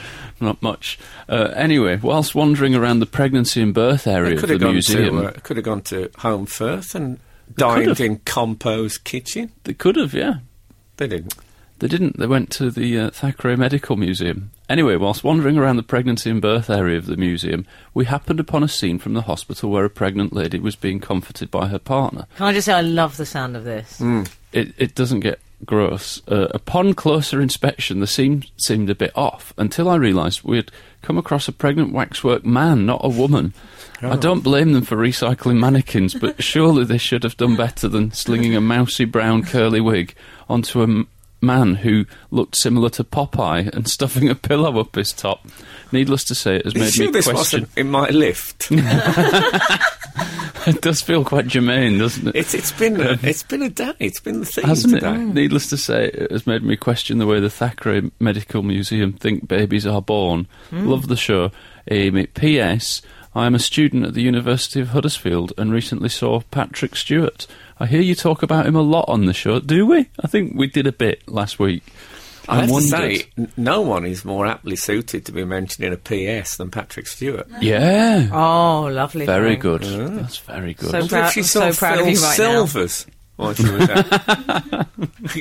Speaker 3: not much. Uh, anyway, whilst wandering around the pregnancy and birth area of
Speaker 2: Could
Speaker 3: the
Speaker 2: have gone
Speaker 3: museum,
Speaker 2: to uh, could have gone to Home Firth and
Speaker 3: could've.
Speaker 2: dined in Compo's kitchen.
Speaker 3: they could have. Yeah,
Speaker 2: They didn't.
Speaker 3: They didn't. They went to the uh, Thackeray Medical Museum. Anyway, whilst wandering around the pregnancy and birth area of the museum, we happened upon a scene from the hospital where a pregnant lady was being comforted by her partner.
Speaker 4: Can I just say I love the sound of this?
Speaker 3: It, it doesn't get gross. Uh, upon closer inspection, the scene seemed a bit off until I realised we had come across a pregnant waxwork man, not a woman. I
Speaker 2: Oh.
Speaker 3: don't blame them for recycling mannequins, but surely they should have done better than slinging a mousy brown curly wig onto a m- man who looked similar to Popeye and stuffing a pillow up his top. Needless to say, it has
Speaker 2: Are you
Speaker 3: made
Speaker 2: sure
Speaker 3: me
Speaker 2: this
Speaker 3: question.
Speaker 2: wasn't in my lift?
Speaker 3: it does feel quite germane, doesn't it?
Speaker 2: it's it's been a, it's been a day. It's been the thing
Speaker 3: hasn't
Speaker 2: today.
Speaker 3: it? Mm. Needless to say, it has made me question the way the Thackeray Medical Museum think babies are born. Love the show. Amy. P.S. I am a student at the University of Huddersfield and recently saw Patrick Stewart. I hear you talk about him a lot on the show. Do we? I think we did a bit last week.
Speaker 2: I have to
Speaker 3: wondered-
Speaker 2: say, n- no one is more aptly suited to be mentioned in a PS than Patrick Stewart.
Speaker 3: Yeah.
Speaker 4: Oh, lovely.
Speaker 3: Very
Speaker 4: thing.
Speaker 3: good. That's very good.
Speaker 2: I
Speaker 4: So-
Speaker 2: wonder
Speaker 4: proud-
Speaker 2: if she
Speaker 4: I'm
Speaker 2: saw
Speaker 4: so proud
Speaker 2: Phil
Speaker 4: of you right now.
Speaker 2: Silvers. while she was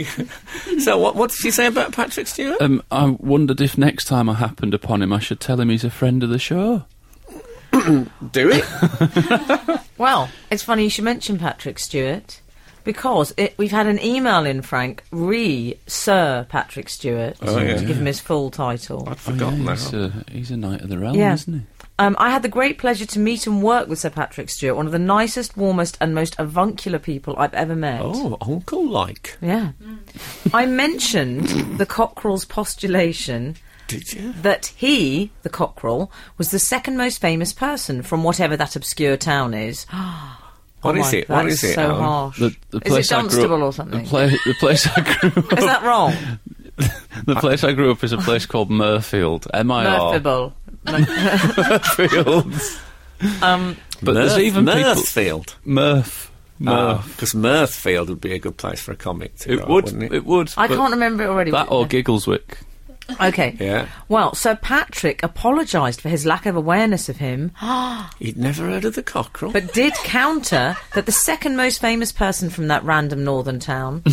Speaker 2: there. so what, what did she say about Patrick Stewart?
Speaker 3: um, I wondered if next time I happened upon him, I should tell him he's a friend of the show.
Speaker 2: Uh, Do it.
Speaker 4: Well, it's funny you should mention Patrick Stewart because it, we've had an email in, Frank, re Sir Patrick Stewart,
Speaker 2: Oh, yeah.
Speaker 4: to give him his full title.
Speaker 2: I'd forgotten
Speaker 3: yeah,
Speaker 2: that.
Speaker 3: he's, a, he's a knight of the realm,
Speaker 4: Yeah.
Speaker 3: isn't he?
Speaker 4: Um, I had the great pleasure to meet and work with Sir Patrick Stewart, one of the nicest, warmest, and most avuncular people I've ever met.
Speaker 2: Oh, uncle like.
Speaker 4: Yeah. I mentioned the cockerel's postulation
Speaker 2: Did you?
Speaker 4: that he, the cockerel, was the second most famous person from whatever that obscure town is.
Speaker 2: What
Speaker 4: oh
Speaker 2: is
Speaker 4: my,
Speaker 2: it? What
Speaker 4: that
Speaker 2: is it?
Speaker 4: So
Speaker 2: Alan?
Speaker 4: harsh.
Speaker 3: Um, The, the
Speaker 4: is it
Speaker 3: place I grew
Speaker 4: Dunstable
Speaker 3: up,
Speaker 4: or something?
Speaker 3: The, pla- the place I grew up.
Speaker 4: is that wrong?
Speaker 3: The place I grew up is a place called Murfield. M I R
Speaker 4: Murphable.
Speaker 3: Murfield.
Speaker 4: Um,
Speaker 3: But
Speaker 2: Mirth-
Speaker 3: there's even people
Speaker 2: Mirthfield.
Speaker 3: Murph. Murph.
Speaker 2: Because Mirthfield would be a good place for a comic to
Speaker 3: it
Speaker 2: write,
Speaker 3: would.
Speaker 2: wouldn't it?
Speaker 3: It would.
Speaker 4: I
Speaker 3: but
Speaker 4: can't remember it already.
Speaker 3: That or Giggleswick.
Speaker 4: okay.
Speaker 2: Yeah.
Speaker 4: Well, Sir Patrick apologised for his lack of awareness of him,
Speaker 2: You'd never heard of the cockerel?
Speaker 4: but did counter that the second most famous person from that random northern town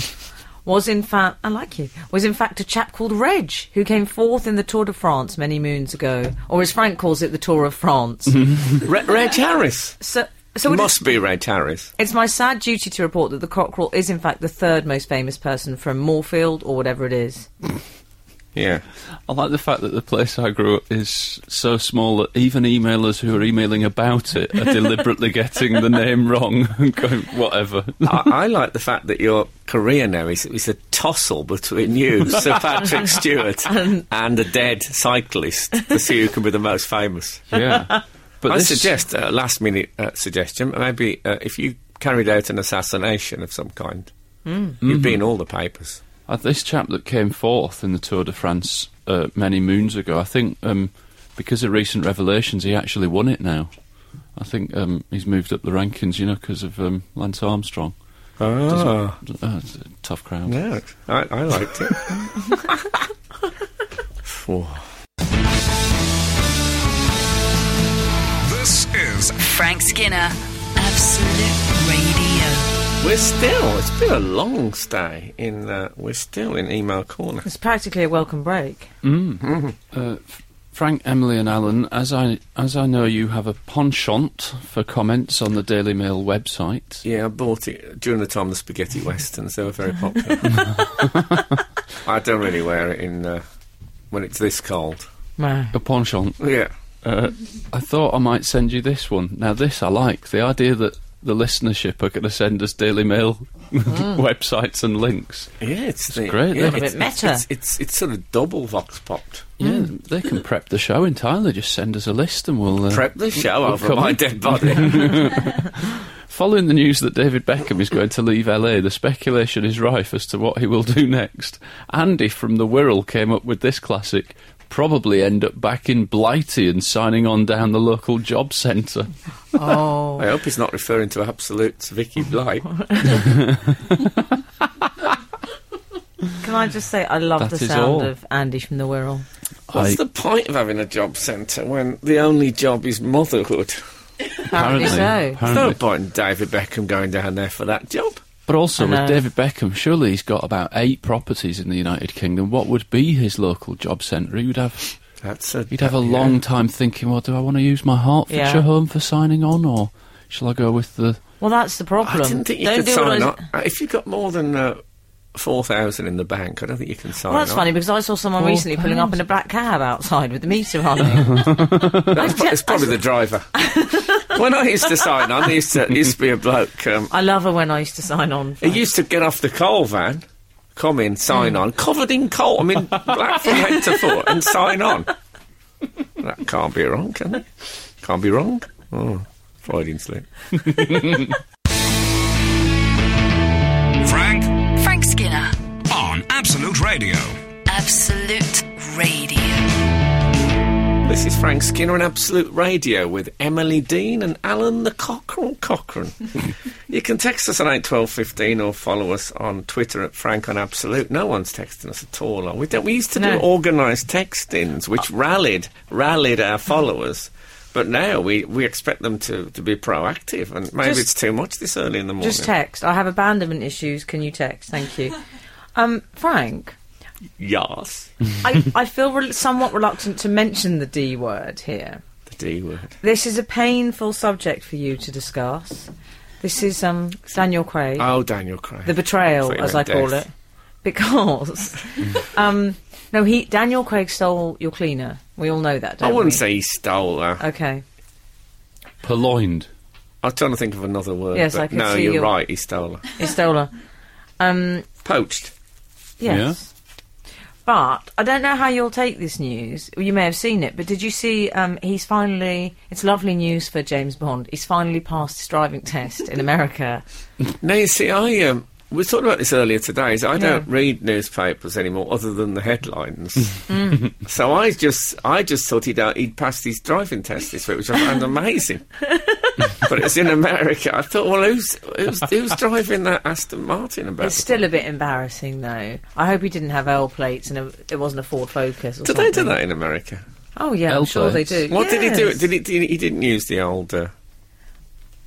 Speaker 4: was in fact I like you was in fact a chap called Reg who came fourth in the Tour de France many moons ago, or as Frank calls it, the Tour of France.
Speaker 2: Re- Reg Harris.
Speaker 4: so, so it
Speaker 2: Mm-hmm. Must
Speaker 4: is-
Speaker 2: be Reg Harris.
Speaker 4: it's my sad duty to report that the cockerel is in fact the third most famous person from Moorfield or whatever it is.
Speaker 2: Yeah.
Speaker 3: I like the fact that the place I grew up is so small that even emailers who are emailing about it are deliberately getting the name wrong and going, whatever.
Speaker 2: I, I like the fact that your career now is, is a tussle between you, Sir Patrick Stewart, and a dead cyclist to see who can be the most famous.
Speaker 3: yeah. But
Speaker 2: I
Speaker 3: this
Speaker 2: suggest a last minute uh, suggestion. Maybe uh, if you carried out an assassination of some kind,
Speaker 3: Hmm.
Speaker 2: you'd be in all the papers.
Speaker 3: Uh, this chap that came fourth in the Tour de France uh, many moons ago, I think um, because of recent revelations, he actually won it now. I think um, he's moved up the rankings, you know, because of um, Lance Armstrong.
Speaker 2: Oh,
Speaker 3: Uh, it's a tough crowd.
Speaker 2: no. I, I liked it. Phew.
Speaker 5: This is
Speaker 1: Frank Skinner, Absolute Radio.
Speaker 2: We're still, it's been a long stay in, uh, we're still in Email Corner.
Speaker 4: It's practically a welcome break.
Speaker 3: Uh, F- Frank, Emily, and Alan, as I as I know, you have a penchant for comments on the Daily Mail website.
Speaker 2: Yeah, I bought it during the time of the spaghetti westerns. They were very popular. I don't really wear it in uh, when it's this cold.
Speaker 4: Wow.
Speaker 3: A penchant.
Speaker 2: Yeah.
Speaker 3: Uh, I thought I might send you this one. Now, this I like the idea that the listenership are going to send us Daily Mail websites and links.
Speaker 2: Yeah, it's, the,
Speaker 3: great,
Speaker 2: Yeah,
Speaker 3: isn't it?
Speaker 4: A bit meta.
Speaker 2: It's, it's it's sort of double vox popped.
Speaker 3: Yeah, they can prep the show entirely. Just send us a list and we'll uh,
Speaker 2: Prep the show
Speaker 3: we'll
Speaker 2: over
Speaker 3: come
Speaker 2: my
Speaker 3: in.
Speaker 2: dead body.
Speaker 3: Following the news that David Beckham is going to leave LA, the speculation is rife as to what he will do next. Andy from The Wirral came up with this classic probably end up back in Blighty and signing on down the local job centre.
Speaker 4: Oh.
Speaker 2: I hope he's not referring to absolute Vicky Blight.
Speaker 4: Can I just say I love
Speaker 3: That
Speaker 4: the
Speaker 3: is
Speaker 4: sound
Speaker 3: all.
Speaker 4: of Andy from the Wirral.
Speaker 2: What's
Speaker 3: I-
Speaker 2: the point of having a job centre when the only job is motherhood?
Speaker 4: Apparently,
Speaker 2: There's
Speaker 4: so.
Speaker 2: no
Speaker 3: apparently.
Speaker 2: point in David Beckham going down there for that job.
Speaker 3: But also
Speaker 4: I
Speaker 3: with
Speaker 4: know.
Speaker 3: David Beckham, surely he's got about eight properties in the United Kingdom. What would be his local job centre? He would have
Speaker 2: That's a
Speaker 3: He'd have a long time thinking, well, do I want to use my Hertfordshire
Speaker 4: Yeah.
Speaker 3: home for signing on, or shall I go with the.
Speaker 4: Well, that's the problem.
Speaker 2: I didn't think you
Speaker 4: Don't
Speaker 2: could
Speaker 4: do what
Speaker 2: sign
Speaker 4: I-
Speaker 2: up. Uh, If you've got more than uh, 4,000 in the bank, I don't think you can sign
Speaker 4: Well, that's
Speaker 2: up.
Speaker 4: funny because I saw someone recently pulling up in a black cab outside with the meter on it.
Speaker 2: That's pro- it's probably the driver. when I used to sign on, there used to, used to be a bloke. Um,
Speaker 4: I love her when I used to sign on.
Speaker 2: he used to get off the coal van, come in, sign on, covered in coal. I mean, black from head to foot, and sign on. That can't be wrong, can it? Can't be wrong. Oh, Freudian slip.
Speaker 5: Frank
Speaker 1: Frank Skinner.
Speaker 5: on Absolute Radio.
Speaker 1: Absolute Radio.
Speaker 2: This is Frank Skinner on Absolute Radio with Emily Dean and Alan the Cockerel Cochrane. you can text us on 81215 or follow us on Twitter at Frank on Absolute. No one's texting us at all. are We, don't, we used to do
Speaker 4: No.
Speaker 2: organised textings, which rallied rallied our followers. But now we, we expect them to, to be proactive, and maybe
Speaker 4: Just-
Speaker 2: it's too much this early in the morning.
Speaker 4: Just text. I have abandonment issues. Can you text? Thank you. Um, Frank,
Speaker 2: yes,
Speaker 4: I, I feel rel somewhat reluctant to mention the D word here.
Speaker 2: the D word.
Speaker 4: This is a painful subject for you to discuss. This is um, Daniel Craig.
Speaker 2: Oh, Daniel Craig.
Speaker 4: the betrayal,
Speaker 2: Thought you
Speaker 4: as I
Speaker 2: meant
Speaker 4: call
Speaker 2: death.
Speaker 4: it, because um, no, he Daniel Craig stole your cleaner. We all know that. Don't
Speaker 2: I wouldn't
Speaker 4: we?
Speaker 2: say he stole that.
Speaker 4: Okay,
Speaker 3: Purloined.
Speaker 2: I was trying to think of another word.
Speaker 4: Yes,
Speaker 2: but
Speaker 4: I could
Speaker 2: no,
Speaker 4: see
Speaker 2: you're
Speaker 4: your-
Speaker 2: right. He stole her.
Speaker 4: he stole her. Um,
Speaker 2: Poached.
Speaker 4: yes. But I don't know how you'll take this news. You may have seen it, but did you see? Um, he's finally. It's lovely news for James Bond. He's finally passed his driving test in America.
Speaker 2: Now you see, I um, we were talking about this earlier today. Is I don't
Speaker 4: Yeah.
Speaker 2: read newspapers anymore, other than the headlines.
Speaker 4: Mm.
Speaker 2: so I just, I just thought he'd, uh, he'd passed his driving test this week, which I found amazing. but it's in America. I thought, well, who's who's, who's driving that Aston Martin about?
Speaker 4: It's still a bit embarrassing, though. I hope he didn't have L plates and a, it wasn't a Ford Focus. Or
Speaker 2: do they do
Speaker 4: something.
Speaker 2: that in America?
Speaker 4: Oh yeah, I'm
Speaker 3: L
Speaker 4: sure they
Speaker 3: plates?
Speaker 4: do.
Speaker 2: What did he do?
Speaker 4: Yes.
Speaker 2: Did he, did he? He didn't use the old. Uh,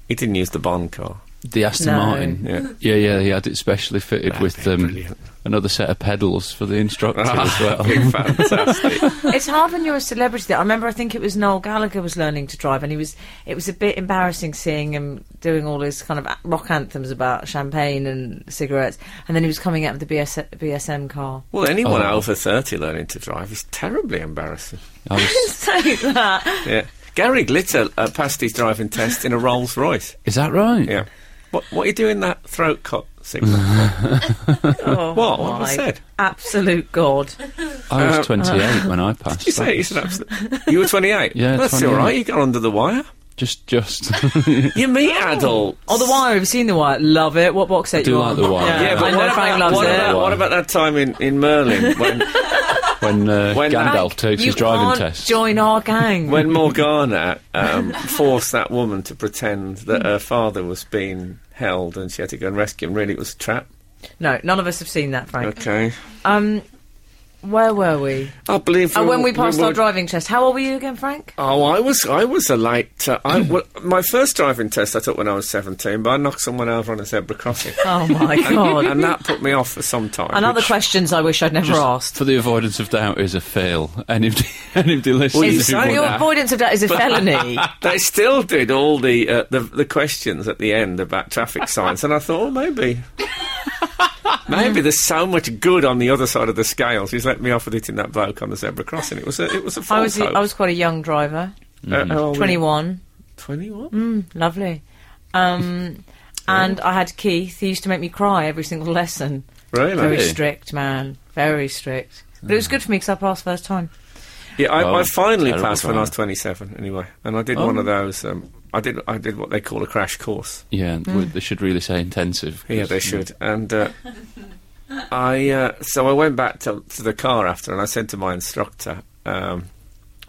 Speaker 2: he didn't use the Bond car.
Speaker 3: The Aston
Speaker 4: No.
Speaker 3: Martin.
Speaker 2: Yeah.
Speaker 3: Yeah, yeah, he had it specially fitted
Speaker 2: That'd
Speaker 3: with
Speaker 2: be
Speaker 3: um,
Speaker 2: brilliant.
Speaker 3: another set of pedals for the instructor as well.
Speaker 2: Fantastic.
Speaker 4: It's hard when you're a celebrity. though. I remember, I think it was Noel Gallagher was learning to drive, and he was. It was a bit embarrassing seeing him doing all his kind of a- rock anthems about champagne and cigarettes, and then he was coming out of the BS, BSM car.
Speaker 2: Well, anyone
Speaker 3: Oh.
Speaker 2: over 30 learning to drive is terribly embarrassing.
Speaker 3: I was,
Speaker 4: Say that.
Speaker 2: Yeah. Gary Glitter uh, passed his driving test in a Rolls Royce.
Speaker 3: is that right?
Speaker 2: Yeah. What, what are you doing that throat cut signal?
Speaker 4: Oh,
Speaker 2: What? What
Speaker 4: my
Speaker 2: was said?
Speaker 4: Absolute god.
Speaker 3: I was
Speaker 2: Uh,
Speaker 3: 28 when I passed.
Speaker 2: You say it's an absolute. You were 28?
Speaker 3: Yeah,
Speaker 2: That's all
Speaker 3: 28.
Speaker 2: right. You got under the wire.
Speaker 3: Just, just.
Speaker 2: You meet adults.
Speaker 4: Oh, the wire. Have you seen the wire? Love it. What box set
Speaker 3: do
Speaker 4: you
Speaker 3: like
Speaker 4: on?
Speaker 3: The Wire.
Speaker 4: Yeah,
Speaker 2: Yeah, but
Speaker 4: I know
Speaker 2: what,
Speaker 4: Frank
Speaker 2: about,
Speaker 4: loves
Speaker 2: what,
Speaker 4: it.
Speaker 2: about, what about that time in, in Merlin when,
Speaker 3: when uh,
Speaker 2: When-
Speaker 3: Gandalf
Speaker 4: Frank,
Speaker 3: takes
Speaker 4: you
Speaker 3: his driving
Speaker 4: can't
Speaker 3: test.
Speaker 4: Join our gang.
Speaker 2: when Morgana um, forced that woman to pretend that her father was being held and she had to go and rescue him? Really, it was a trap.
Speaker 4: no, none of us have seen that, Frank.
Speaker 2: Okay.
Speaker 4: Um, where were we?
Speaker 2: I believe.
Speaker 4: Oh, when we passed our
Speaker 2: were-
Speaker 4: driving test. How old were you again, Frank?
Speaker 2: Oh, I was I was a late. Uh,
Speaker 4: Hmm.
Speaker 2: I, well, my first driving test I took when I was seventeen, but I knocked someone over on a zebra crossing,
Speaker 4: Oh my god!
Speaker 2: and that put me off for some time.
Speaker 4: and other
Speaker 2: which-
Speaker 4: questions I wish I'd never asked.
Speaker 3: For the avoidance of doubt, is a fail. Anybody, anybody listening
Speaker 2: you
Speaker 3: who
Speaker 2: say
Speaker 3: wondered-
Speaker 4: Your
Speaker 2: that.
Speaker 4: avoidance of that is a felony.
Speaker 2: they still did all the, uh, the the questions at the end about traffic signs, and I thought, oh, maybe. Maybe there's so much good on the other side of the scales. He's let me off with hitting that bloke on the zebra crossing. It was a it was a false Mm.
Speaker 4: I was I was quite a young driver,
Speaker 2: hope. Uh, how old were you?
Speaker 4: twenty one.
Speaker 2: 21?
Speaker 4: Lovely. Um, and I had Keith. He used to make me cry every single lesson. Very
Speaker 2: Really?
Speaker 3: Really?
Speaker 4: strict, man. Very strict. But it was good for me because I passed first time.
Speaker 2: Yeah, I,
Speaker 3: Oh,
Speaker 2: I finally
Speaker 3: terrible
Speaker 2: passed when I was
Speaker 3: grammar.
Speaker 2: 27. Anyway, and I did one of those. Um, I did. I did what they call a crash course.
Speaker 3: Yeah,
Speaker 4: Hmm.
Speaker 3: we- they should really say intensive. 'cause-
Speaker 2: Yeah, they should. And uh, I, uh, so I went back to, to the car after, and I said to my instructor, um,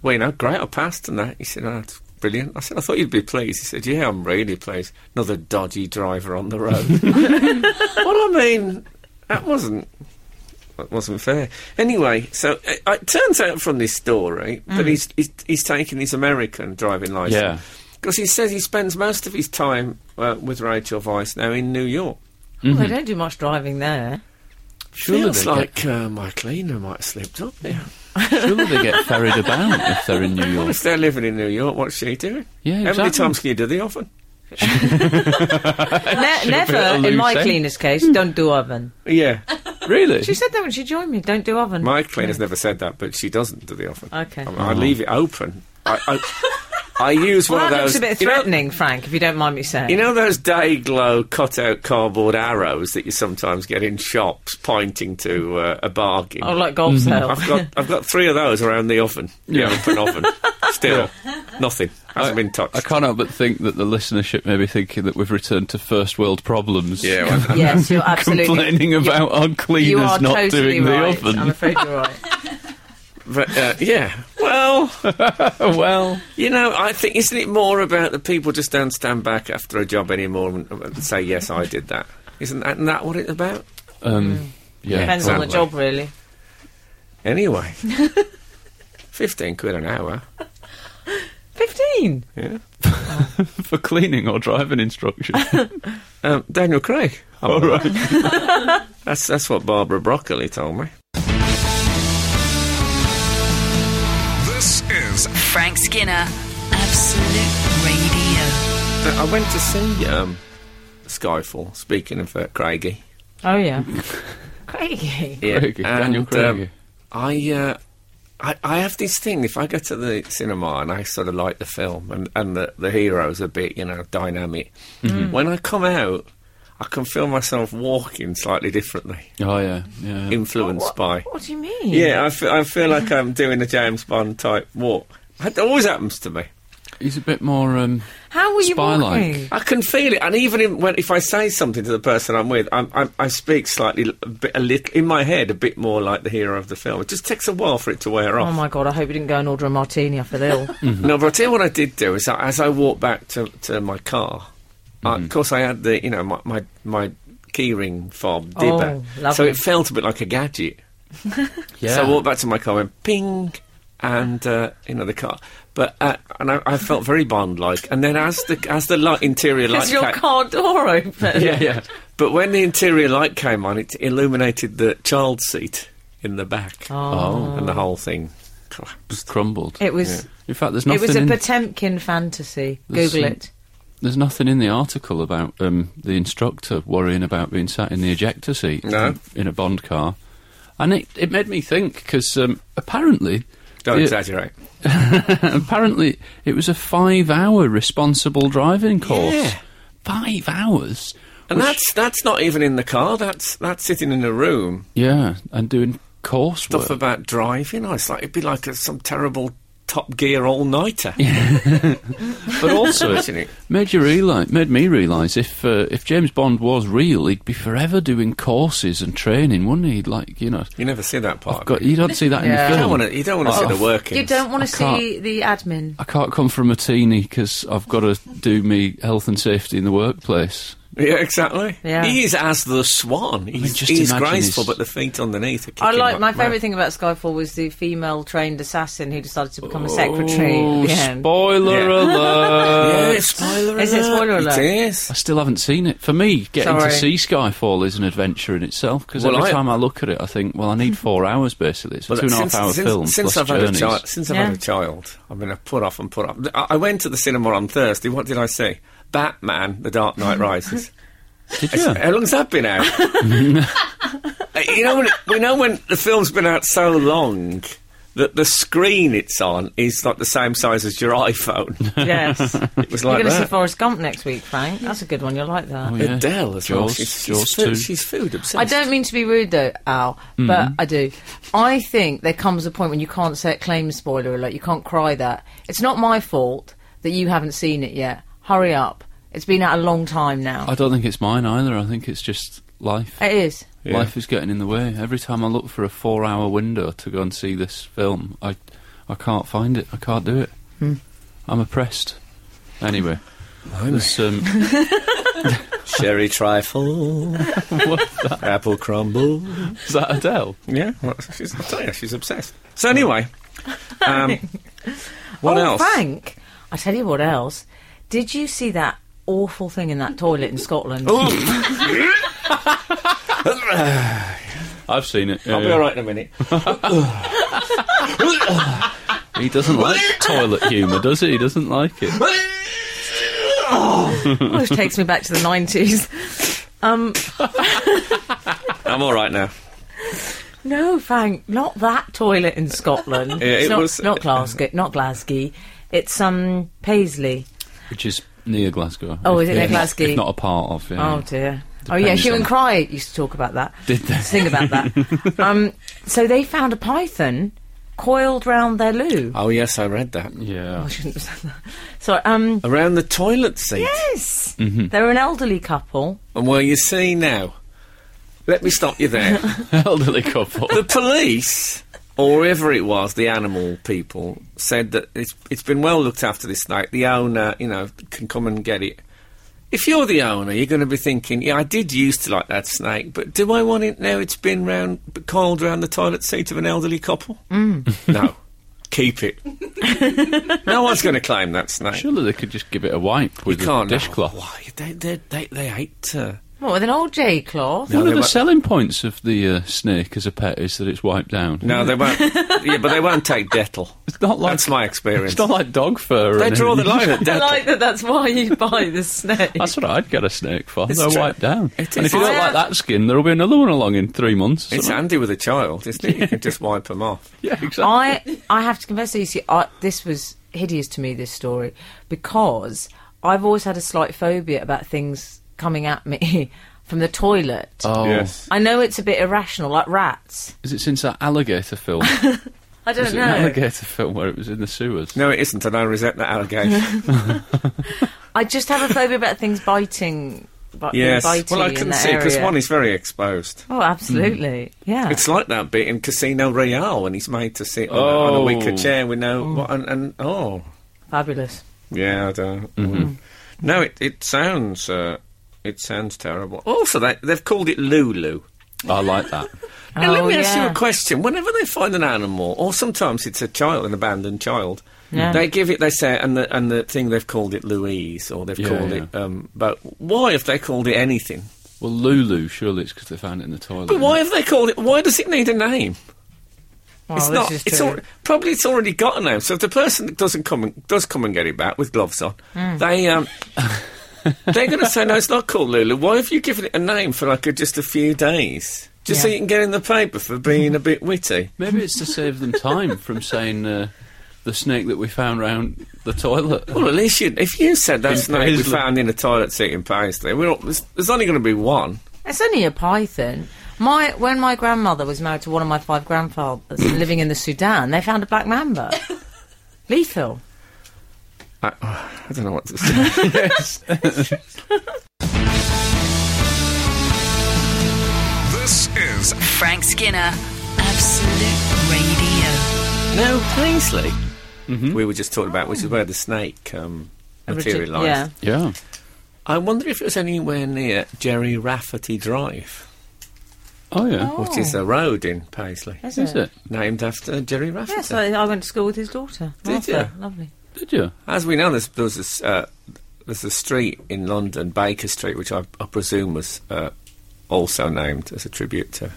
Speaker 2: "Well, you know, great, I passed." And that he said, "Oh, that's brilliant." I said, "I thought you'd be pleased." He said, "Yeah, I'm really pleased." Another dodgy driver on the road. well, I mean, that wasn't. That wasn't fair. Anyway, so it, it turns out from this story that he's, he's he's taken his American driving license.
Speaker 3: Yeah.
Speaker 2: Because he says he spends most of his time uh, with Rachel Weisz now in New York.
Speaker 4: Well,
Speaker 2: Mm-hmm.
Speaker 4: they don't do much driving there.
Speaker 3: Surely
Speaker 2: Feels
Speaker 3: they
Speaker 2: like uh, my cleaner might have slipped up here.
Speaker 3: Surely they get ferried about if they're in New York.
Speaker 2: If they're living in New York, what's she doing?
Speaker 3: Yeah,
Speaker 2: How many
Speaker 3: exactly.
Speaker 2: times can you do the oven?
Speaker 4: Ne- never,
Speaker 3: a
Speaker 4: in my
Speaker 3: loose end.
Speaker 4: cleaner's case, don't do oven.
Speaker 2: Yeah.
Speaker 3: Really?
Speaker 4: She said that when she joined me. Don't do oven.
Speaker 2: My cleaner's never said that, but she doesn't do the oven.
Speaker 4: Okay.
Speaker 2: I, mean, I leave it open. I, I, I use
Speaker 4: well,
Speaker 2: one
Speaker 4: that
Speaker 2: of
Speaker 4: looks
Speaker 2: those.
Speaker 4: a bit
Speaker 2: you know-
Speaker 4: threatening, Frank, if you don't mind me saying.
Speaker 2: You know those day glow cut out cardboard arrows that you sometimes get in shops pointing to uh, a bargain?
Speaker 4: oh, like golf cell.
Speaker 2: Mm-hmm. I've got I've got three of those around the oven. Yeah, open oven. Still, nothing. Hasn't been touched.
Speaker 3: I can't help but think that the listenership may be thinking that we've returned to first world problems.
Speaker 2: yeah, well,
Speaker 4: yes, you're absolutely
Speaker 3: Complaining about our cleaners
Speaker 4: You are
Speaker 3: not
Speaker 4: totally
Speaker 3: doing
Speaker 4: right.
Speaker 3: the oven.
Speaker 4: I'm afraid you're right.
Speaker 2: but, uh, yeah. Well,
Speaker 3: Oh, well,
Speaker 2: You know, I think isn't it more about the people just don't stand back after a job anymore and, uh, and say yes, I did that. Isn't that, isn't that what it's about?
Speaker 3: um, yeah,
Speaker 4: Depends on the
Speaker 2: probably.
Speaker 4: job, really.
Speaker 2: Anyway, fifteen quid an hour.
Speaker 4: Fifteen.
Speaker 2: Yeah.
Speaker 3: for cleaning or driving instruction. Oh,
Speaker 2: Um, Daniel Craig.
Speaker 3: All right.
Speaker 2: That's that's what Barbara Broccoli told me.
Speaker 5: This is
Speaker 1: Frank Skinner, Absolute Radio.
Speaker 2: Uh, I went to see um, Skyfall. Speaking of uh, Craigie,
Speaker 4: Oh yeah. Craigie.
Speaker 2: yeah,
Speaker 3: Craigie, Daniel
Speaker 2: and, um,
Speaker 3: Craigie.
Speaker 2: I, uh, I I have this thing. If I go to the cinema and I sort of like the film and, and the, the hero's a bit, you know, dynamic.
Speaker 3: Mm-hmm.
Speaker 2: When I come out, I can feel myself walking slightly differently,
Speaker 3: Oh yeah, yeah.
Speaker 2: influenced by.
Speaker 4: What do you mean?
Speaker 2: Yeah, I feel, I feel like I'm doing a James Bond type walk. It always happens to me.
Speaker 3: He's a bit more. Um,
Speaker 4: How were you
Speaker 3: Spy-like.
Speaker 4: walking?
Speaker 2: I can feel it, and even in, when if I say something to the person I'm with, I'm, I'm, I speak slightly, l- a, bit, a little in my head, a bit more like the hero of the film. It just takes a while for it to wear off.
Speaker 4: Oh my god! I hope you didn't go and order a martini. I feel ill.
Speaker 2: No, but I tell you what I did do is I, as I walked back to, to my car. Uh, of course, I had the you know my my, my keyring fob
Speaker 4: Oh,
Speaker 2: dibber, so
Speaker 4: lovely.
Speaker 2: it felt a bit like a gadget.
Speaker 3: yeah.
Speaker 2: So I walked back to my car, went ping, and uh, you know the car. But uh, and I, I felt very Bond like. And then as the as the light, interior light
Speaker 4: Is your
Speaker 2: ca-
Speaker 4: car door open?
Speaker 2: yeah yeah. But when the interior light came on, it illuminated the child seat in the back,
Speaker 4: Oh.
Speaker 2: and the whole thing collapsed.
Speaker 3: crumbled.
Speaker 4: It was.
Speaker 3: in fact, there's
Speaker 4: It
Speaker 3: nothing.
Speaker 4: was a
Speaker 3: in,
Speaker 4: Potemkin fantasy.
Speaker 3: There's
Speaker 4: Google
Speaker 3: some-
Speaker 4: it.
Speaker 3: there's nothing in the article about um, the instructor worrying about being sat in the ejector seat
Speaker 2: No.
Speaker 3: in a Bond car, and it, it made me think because um, apparently
Speaker 2: Don't
Speaker 3: the-
Speaker 2: exaggerate.
Speaker 3: apparently it was a five-hour responsible driving course.
Speaker 2: Yeah.
Speaker 3: Five hours.
Speaker 2: And
Speaker 3: which-
Speaker 2: that's that's not even in the car. That's that's sitting in a room.
Speaker 3: yeah, and doing coursework.
Speaker 2: Stuff about driving. Oh, it's like it'd be like a, some terrible Top Gear all nighter.
Speaker 3: but also
Speaker 2: Isn't it?
Speaker 3: made you realize, made me realise if uh, if James Bond was real, he'd be forever doing courses and training, wouldn't he? Like you know,
Speaker 2: You never see that part.
Speaker 3: got, you don't see that
Speaker 4: Yeah.
Speaker 3: in
Speaker 2: you
Speaker 3: the
Speaker 2: don't
Speaker 3: film.
Speaker 2: want to. You don't want to see
Speaker 3: Oh.
Speaker 2: the workings.
Speaker 4: You don't want
Speaker 3: I
Speaker 4: to see the admin.
Speaker 3: I can't come for a martini because I've got to do me health and safety in the workplace.
Speaker 2: Yeah, exactly.
Speaker 4: Yeah.
Speaker 2: He is as the swan. He's,
Speaker 3: just
Speaker 2: he's
Speaker 3: imagine
Speaker 2: graceful,
Speaker 3: his-
Speaker 2: but the feet underneath are kicking
Speaker 4: I like my
Speaker 2: like mad.
Speaker 4: favourite thing about Skyfall was the female trained assassin who decided to become a secretary.
Speaker 3: Oh,
Speaker 4: at the end.
Speaker 3: spoiler
Speaker 2: Yeah.
Speaker 3: alert!
Speaker 2: Yeah, spoiler
Speaker 4: Is it spoiler alert?
Speaker 2: It is.
Speaker 3: I still haven't seen it. For me, getting
Speaker 4: Sorry.
Speaker 3: to see Skyfall is an adventure in itself because
Speaker 2: Well,
Speaker 3: every
Speaker 2: I-
Speaker 3: time I look at it, I think, well, I need four hours basically. It's a
Speaker 2: Well,
Speaker 3: two and a half hour film
Speaker 2: Since
Speaker 3: plus
Speaker 2: I've had a
Speaker 3: journeys.
Speaker 2: child, since I've
Speaker 4: Yeah.
Speaker 2: had a child, I mean, I put off and put off. I, I went to the cinema on Thursday. What did I see? Batman: The Dark
Speaker 4: Mm.
Speaker 2: Knight Rises.
Speaker 3: Did
Speaker 2: It's-
Speaker 3: you?
Speaker 2: How long's that been out? Uh, you know when it- we know when the film's been out so long that the screen it's on is like the same size as your iPhone.
Speaker 4: Yes.
Speaker 2: It was
Speaker 4: You're
Speaker 2: like
Speaker 4: going to see
Speaker 2: that. Oh,
Speaker 4: Forrest Gump next week, Frank. That's a good one. You'll like that.
Speaker 3: Oh, Yeah.
Speaker 2: Adele as well.
Speaker 3: Jaws-
Speaker 2: She's,
Speaker 3: Jaws
Speaker 2: she's, food,
Speaker 3: too.
Speaker 2: she's food obsessed.
Speaker 4: I don't mean to be rude though, Al,
Speaker 2: Mm-hmm.
Speaker 4: but I do. I think there comes a point when you can't say claim spoiler alert. You can't cry that. It's not my fault that you haven't seen it yet. Hurry up. It's been out a long time now.
Speaker 3: I don't think it's mine either. I think it's just life.
Speaker 4: it is.
Speaker 2: Yeah.
Speaker 3: Life is getting in the way. Every time I look for a four-hour window to go and see this film, I, I can't find it. I can't do it. I'm oppressed. Anyway, there's, um,
Speaker 2: Sherry trifle, apple crumble.
Speaker 3: is that Adele?
Speaker 2: Yeah, well, she's, I tell you, she's obsessed. So anyway, um, what
Speaker 4: oh,
Speaker 2: else?
Speaker 4: Frank. I tell you what else. Did you see that awful thing in that toilet in Scotland?
Speaker 2: Oh.
Speaker 3: I've seen it.
Speaker 2: I'll be
Speaker 3: yeah.
Speaker 2: all right in a minute.
Speaker 3: He doesn't like toilet humour, does he? He doesn't like it.
Speaker 4: Which takes me back to the nineties. Um,
Speaker 2: I'm all right now.
Speaker 4: no, Frank, not that toilet in Scotland.
Speaker 2: Yeah,
Speaker 4: it's
Speaker 2: it
Speaker 4: not,
Speaker 2: was-
Speaker 4: not Glasgow. Not Glasgow. It's um Paisley.
Speaker 3: Which is near Glasgow.
Speaker 4: Oh,
Speaker 3: If-
Speaker 4: is it near
Speaker 3: if not-
Speaker 4: Glasgow?
Speaker 3: If not a part of. Yeah.
Speaker 4: Oh dear. oh
Speaker 3: Hmm.
Speaker 4: yeah,
Speaker 3: Depends
Speaker 4: Hugh and
Speaker 3: on-
Speaker 4: Cry used to talk about that.
Speaker 3: Did they?
Speaker 4: Sing about that. um, so they found a python coiled round their loo.
Speaker 2: Oh yes, I read that.
Speaker 3: Yeah.
Speaker 4: I shouldn't have said that. Sorry. Um,
Speaker 2: Around the toilet seat.
Speaker 4: yes, they were an elderly couple.
Speaker 2: And well, you see now. Let me stop you there.
Speaker 3: Elderly couple.
Speaker 2: the police or whoever it was, the animal people, said that it's it's been well looked after this snake. The owner, you know, can come and get it. If you're the owner, you're going to be thinking, yeah, I did used to like that snake, but do I want it now? It's been round, coiled round the toilet seat of an elderly couple. no, keep it. no one's going to claim that snake.
Speaker 3: Surely they could just give it a wipe
Speaker 2: You
Speaker 3: with a
Speaker 2: can't.
Speaker 3: dishcloth.
Speaker 2: Why? They, they, they, they hate uh, her.
Speaker 4: What with an old J cloth?
Speaker 2: No,
Speaker 3: One
Speaker 2: they
Speaker 3: of the
Speaker 2: won't-
Speaker 3: selling points of the uh, snake as a pet is that it's wiped down.
Speaker 2: No, they won't. yeah, but they won't take Dettel.
Speaker 3: it's not like
Speaker 2: That's my experience.
Speaker 3: it's not like dog fur. or
Speaker 2: they draw the line
Speaker 3: anything.
Speaker 2: at
Speaker 4: I
Speaker 2: Dettel.
Speaker 4: like that. That's why you buy the snake.
Speaker 3: That's what I'd get a snake for.
Speaker 2: It's
Speaker 3: They're
Speaker 2: true.
Speaker 3: wiped down.
Speaker 2: It
Speaker 3: and
Speaker 2: is.
Speaker 3: if you
Speaker 4: I
Speaker 3: don't like
Speaker 4: have-
Speaker 3: that skin, there will be another one along in three months. or
Speaker 2: It's
Speaker 3: something.
Speaker 2: handy with a child, isn't it? You can just wipe them off.
Speaker 3: yeah, exactly.
Speaker 4: I I have to confess to you, see, I, this was hideous to me. This story because I've always had a slight phobia about things coming at me from the toilet.
Speaker 3: oh,
Speaker 4: I know it's a bit irrational, like rats.
Speaker 3: is it since that alligator film?
Speaker 4: I don't
Speaker 3: Is it
Speaker 4: know.
Speaker 3: an alligator film where it was in the sewers?
Speaker 2: No, it isn't, and I resent that allegation.
Speaker 4: I just have a phobia about things biting. Bi- being
Speaker 2: yes.
Speaker 4: bitey
Speaker 2: Well, I
Speaker 4: in
Speaker 2: can
Speaker 4: that
Speaker 2: see, because
Speaker 4: area.
Speaker 2: one is very exposed.
Speaker 4: Oh, absolutely. Yeah.
Speaker 2: It's like that bit in Casino Royale when he's made to sit on, a, on a
Speaker 3: Oh.
Speaker 2: weaker chair with no. What, and, and oh,
Speaker 4: Fabulous.
Speaker 2: yeah, I don't. mm.
Speaker 4: Mm-hmm.
Speaker 2: No, it it sounds uh, it sounds terrible. Also, they, they've called it Lulu.
Speaker 3: I like that.
Speaker 2: Now, let
Speaker 4: Oh,
Speaker 2: me ask you
Speaker 4: yeah.
Speaker 2: a question. Whenever they find an animal, or sometimes it's a child, an abandoned child,
Speaker 4: Yeah.
Speaker 2: they give it, they say, and the, and the thing they've called it Louise, or they've
Speaker 3: Yeah,
Speaker 2: called
Speaker 3: yeah.
Speaker 2: it, um, but why have they called it anything?
Speaker 3: Well, Lulu, surely it's because they found it in the toilet.
Speaker 2: But why have they called it, why does it need a name?
Speaker 4: Well,
Speaker 2: it's
Speaker 4: Oh, this
Speaker 2: not,
Speaker 4: is
Speaker 2: it's
Speaker 4: true.
Speaker 2: al- probably it's already got a name. So if the person that doesn't come and, does come and get it back with gloves on,
Speaker 4: Mm.
Speaker 2: they, um, they're going to say, no, it's not called Lulu. Why have you given it a name for like a, just a few days? Just so
Speaker 4: Yeah.
Speaker 2: you can get in the paper for being a bit witty.
Speaker 3: Maybe it's to save them time from saying uh, the snake that we found round the toilet.
Speaker 2: Well, at least you, if you said that
Speaker 3: In
Speaker 2: snake we
Speaker 3: Paisley.
Speaker 2: found in a toilet seat in Paisley, we're all, there's, there's only going to be one.
Speaker 4: It's only a python. My when my grandmother was married to one of my five grandfathers living in the Sudan, they found a black mamba. Lethal.
Speaker 2: I, I don't know what to say.
Speaker 5: This is
Speaker 1: Frank Skinner, Absolute Radio.
Speaker 2: no, Paisley.
Speaker 3: Mm-hmm.
Speaker 2: We were just talking about, which is where the snake um, materialised.
Speaker 4: Yeah.
Speaker 3: Yeah.
Speaker 2: I wonder if it was anywhere near Jerry Rafferty Drive,
Speaker 3: Oh, yeah.
Speaker 2: which is a road in Paisley,
Speaker 4: Is
Speaker 3: Is it?
Speaker 2: named after Jerry Rafferty.
Speaker 4: Yes, I, I went to school with his daughter.
Speaker 2: Did
Speaker 4: Martha.
Speaker 2: you?
Speaker 4: Lovely.
Speaker 3: Did you?
Speaker 2: As we know, there's there's this, uh, there's a street in London, Baker Street, which I, I presume was uh, also named as a tribute to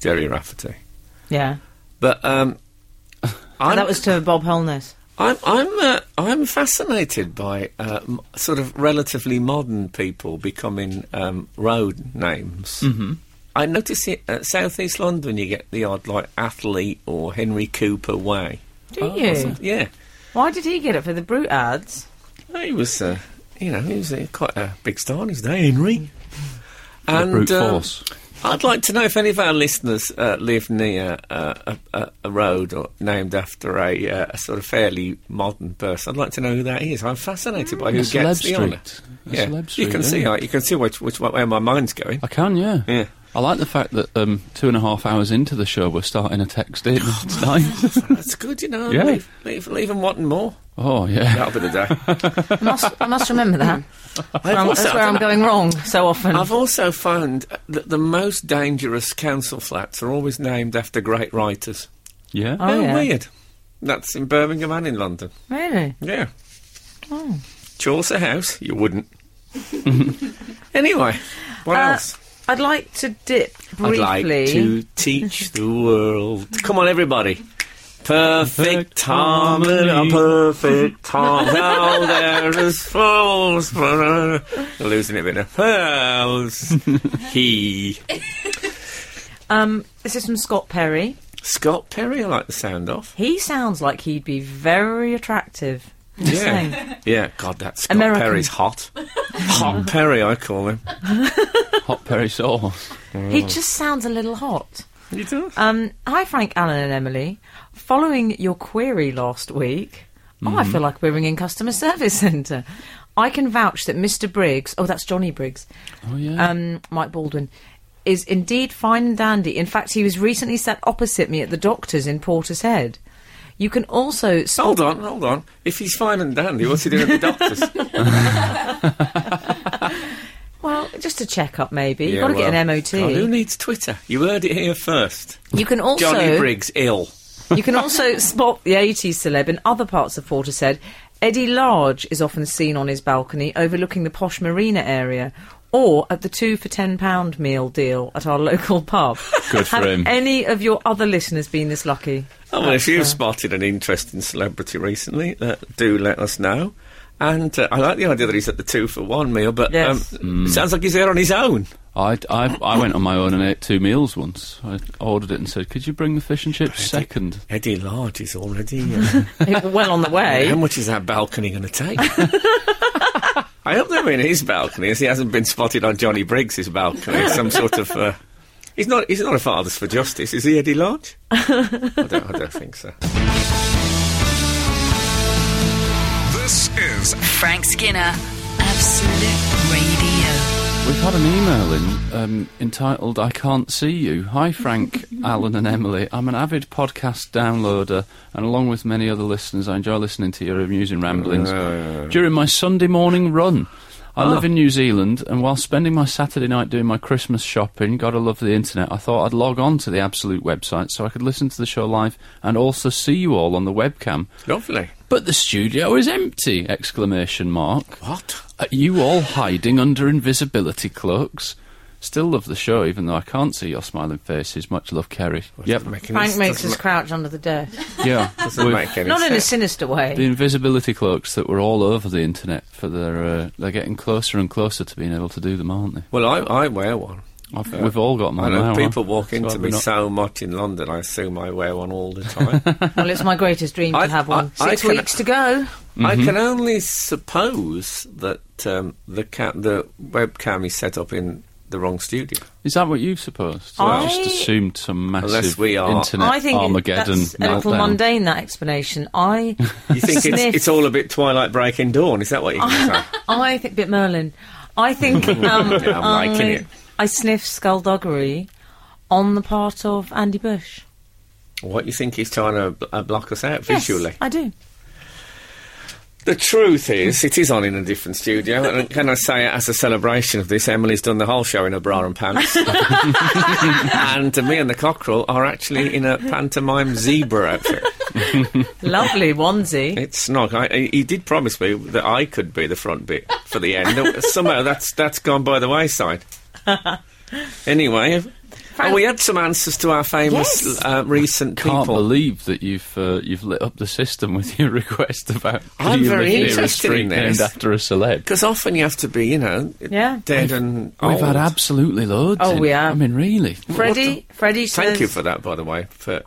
Speaker 2: Jerry Rafferty.
Speaker 4: Yeah.
Speaker 2: But um, I'm,
Speaker 4: that was to Bob Holness.
Speaker 2: I'm I'm uh, I'm fascinated by uh, m- sort of relatively modern people becoming um, road names. Mm-hmm. I notice it at South East London. You get the odd like athlete or Henry Cooper way.
Speaker 4: Do you?
Speaker 2: Yeah,
Speaker 4: Oh, Why did he get it for the brute ads?
Speaker 2: he was, uh, you know, he was uh, quite a big star in his day, Henry. And
Speaker 3: brute
Speaker 2: uh,
Speaker 3: force.
Speaker 2: I'd like to know if any of our listeners uh, live near uh, a, a, a road or named after a, uh, a sort of fairly modern person. I'd like to know who that is. I'm fascinated by who
Speaker 3: A
Speaker 2: gets
Speaker 3: celeb
Speaker 2: the honour.
Speaker 3: street. A celeb
Speaker 2: you
Speaker 3: street, eh?
Speaker 2: can
Speaker 3: yeah.
Speaker 2: see how, you can see which, which where my mind's going.
Speaker 3: I can, yeah.
Speaker 2: Yeah.
Speaker 3: I like the fact that um, two and a half hours into the show, we're starting a text in. It's nice.
Speaker 2: That's good, you know.
Speaker 3: Yeah.
Speaker 2: Leave, leave, leave 'em wanting more.
Speaker 3: Oh, yeah.
Speaker 2: That'll be the day.
Speaker 4: I must, I must remember that.
Speaker 2: I've
Speaker 4: Um,
Speaker 2: also-
Speaker 4: that's where I'm going wrong so often.
Speaker 2: I've also found that the most dangerous council flats are always named after great writers.
Speaker 3: Yeah.
Speaker 4: Oh,
Speaker 2: How
Speaker 4: yeah.
Speaker 2: weird. That's in Birmingham and in London.
Speaker 4: Really?
Speaker 2: Yeah.
Speaker 4: Oh.
Speaker 2: Chaucer House, you wouldn't. anyway, what
Speaker 4: Uh,
Speaker 2: else?
Speaker 4: I'd like to dip briefly.
Speaker 2: I'd like to teach the world. Come on, everybody. Perfect
Speaker 3: Perfect
Speaker 2: harmony, a
Speaker 3: harmony.
Speaker 2: perfect harmony. now there is falls for losing it a bit now. Falls he
Speaker 4: Um, this is from Scott Perry.
Speaker 2: Scott Perry. I like the sound of.
Speaker 4: He sounds like he'd be very attractive. Just saying.
Speaker 2: Yeah, yeah. God, that Scott
Speaker 4: American.
Speaker 2: Perry's hot. Hot Perry, I call him.
Speaker 3: Hot Perry sauce.
Speaker 4: He just sounds a little hot.
Speaker 2: You do.
Speaker 4: Um, hi, Frank, Alan, and Emily. Following your query last week, oh,
Speaker 2: Mm-hmm.
Speaker 4: I feel like we're ringing customer service centre. I can vouch that Mr. Briggs, oh, that's Johnny Briggs,
Speaker 3: Oh, yeah.
Speaker 4: um, Mike Baldwin, is indeed fine and dandy. In fact, he was recently sat opposite me at the doctor's in Porter's Head. You can also spot-
Speaker 2: Hold on, hold on. If he's fine and dandy, what's he doing at the doctor's?
Speaker 4: well, just a check-up maybe. You've
Speaker 2: Yeah,
Speaker 4: got to get an
Speaker 2: well,
Speaker 4: MOT.
Speaker 2: God, who needs Twitter? You heard it here first.
Speaker 4: you can also
Speaker 2: Johnny Briggs ill.
Speaker 4: You can also spot the 80s celeb in other parts of Portishead. Eddie Large is often seen on his balcony overlooking the posh marina area or at the two for £10 meal deal at our local pub.
Speaker 3: Good for
Speaker 4: Have
Speaker 3: him.
Speaker 4: any of your other listeners been this lucky?
Speaker 2: Oh, well, if
Speaker 4: That's, uh,
Speaker 2: you've spotted an interesting celebrity recently, uh, do let us know. And uh, I like the idea that he's at the two for one meal, but
Speaker 4: Yes.
Speaker 2: um, it sounds like he's there on his own.
Speaker 3: I, I, I went on my own and ate two meals once. I ordered it and said, could you bring the fish and chips second?
Speaker 2: Eddie Large is already. Uh,
Speaker 4: well on the
Speaker 2: how
Speaker 4: way.
Speaker 2: much is that balcony going to take? I hope they're in his balcony, as he hasn't been spotted on Johnny Briggs's balcony. Some sort of. Uh, he's not. He's not a father's for justice, is he, Eddie Large? I, don't, I don't think so.
Speaker 5: This is
Speaker 1: Frank Skinner, Absolute Radio.
Speaker 3: We've had an email in um, entitled "I Can't See You." Hi, Frank, Alan, and Emily. I'm an avid podcast downloader, and along with many other listeners, I enjoy listening to your amusing ramblings during my Sunday morning run. I live in New Zealand, and while spending my Saturday night doing my Christmas shopping, gotta love the internet, I thought I'd log on to the Absolute website so I could listen to the show live and also see you all on the webcam.
Speaker 2: Lovely.
Speaker 3: But the studio is empty! Exclamation mark.
Speaker 2: What?
Speaker 3: Are you all hiding under invisibility cloaks? Still love the show, even though I can't see your smiling faces. Much love, Kerry. Yep.
Speaker 2: Making
Speaker 4: Frank
Speaker 2: this
Speaker 4: makes
Speaker 2: doesn't
Speaker 4: us
Speaker 2: ma-
Speaker 4: crouch under the desk.
Speaker 3: Yeah.
Speaker 2: doesn't
Speaker 3: We've-
Speaker 2: make any
Speaker 4: Not in a
Speaker 2: sense.
Speaker 4: sinister way.
Speaker 3: the invisibility cloaks that were all over the internet for their uh, they're getting closer and closer to being able to do them, aren't they?
Speaker 2: Well, I, I wear one.
Speaker 3: I've, we've all
Speaker 2: uh,
Speaker 3: got
Speaker 2: I
Speaker 3: mine
Speaker 2: know
Speaker 3: now.
Speaker 2: people
Speaker 3: huh?
Speaker 2: walk
Speaker 3: So
Speaker 2: into
Speaker 3: have we
Speaker 2: me
Speaker 3: not-
Speaker 2: so much in London. I assume I wear one all the time.
Speaker 4: Well, it's my greatest dream
Speaker 2: I-
Speaker 4: to have one.
Speaker 2: I- I
Speaker 4: Six
Speaker 2: can-
Speaker 4: weeks to go.
Speaker 2: I
Speaker 3: Mm-hmm.
Speaker 2: can only suppose that um, the ca- the webcam is set up in the wrong studio.
Speaker 3: Is that what you've supposed? I
Speaker 4: I-
Speaker 3: just assumed some
Speaker 2: Unless
Speaker 3: massive
Speaker 2: we are-
Speaker 3: internet
Speaker 4: I think
Speaker 3: Armageddon
Speaker 4: that's a little
Speaker 3: meltdown.
Speaker 4: mundane, that explanation. I
Speaker 2: You think
Speaker 4: Sniff.
Speaker 2: it's, it's all a bit Twilight Breaking Dawn? Is that what you're saying?
Speaker 4: I think bit Merlin. I think um,
Speaker 2: Yeah, I'm
Speaker 4: I,
Speaker 2: liking it.
Speaker 4: I sniff skullduggery on the part of Andy Bush.
Speaker 2: What you think he's trying to bl- uh, block us out
Speaker 4: Yes,
Speaker 2: visually?
Speaker 4: I do.
Speaker 2: The truth is, it is on in a different studio. And can I say, as a celebration of this, Emily's done the whole show in a bra and pants. and uh, me and the cockerel are actually in a pantomime zebra outfit.
Speaker 4: Lovely onesie.
Speaker 2: It's not. I, I- he did promise me that I could be the front bit for the end. Somehow that's that's gone by the wayside. anyway, And we had some answers to our famous
Speaker 4: Yes.
Speaker 2: uh, recent
Speaker 3: Can't
Speaker 2: people.
Speaker 3: believe that you've uh, you've lit up the system with your request about.
Speaker 2: I'm
Speaker 3: do you
Speaker 2: very
Speaker 3: live near a
Speaker 2: interested
Speaker 3: street
Speaker 2: in this.
Speaker 3: Named after a celeb. Oh,
Speaker 2: Because often you have to be, you know,
Speaker 4: Yeah.
Speaker 2: dead and
Speaker 3: We've
Speaker 2: old.
Speaker 3: had absolutely loads.
Speaker 4: Oh,
Speaker 3: in-
Speaker 4: we have.
Speaker 3: I mean, really.
Speaker 4: Freddie, Freddie
Speaker 2: Thank
Speaker 4: says,
Speaker 2: you for that, by the way, for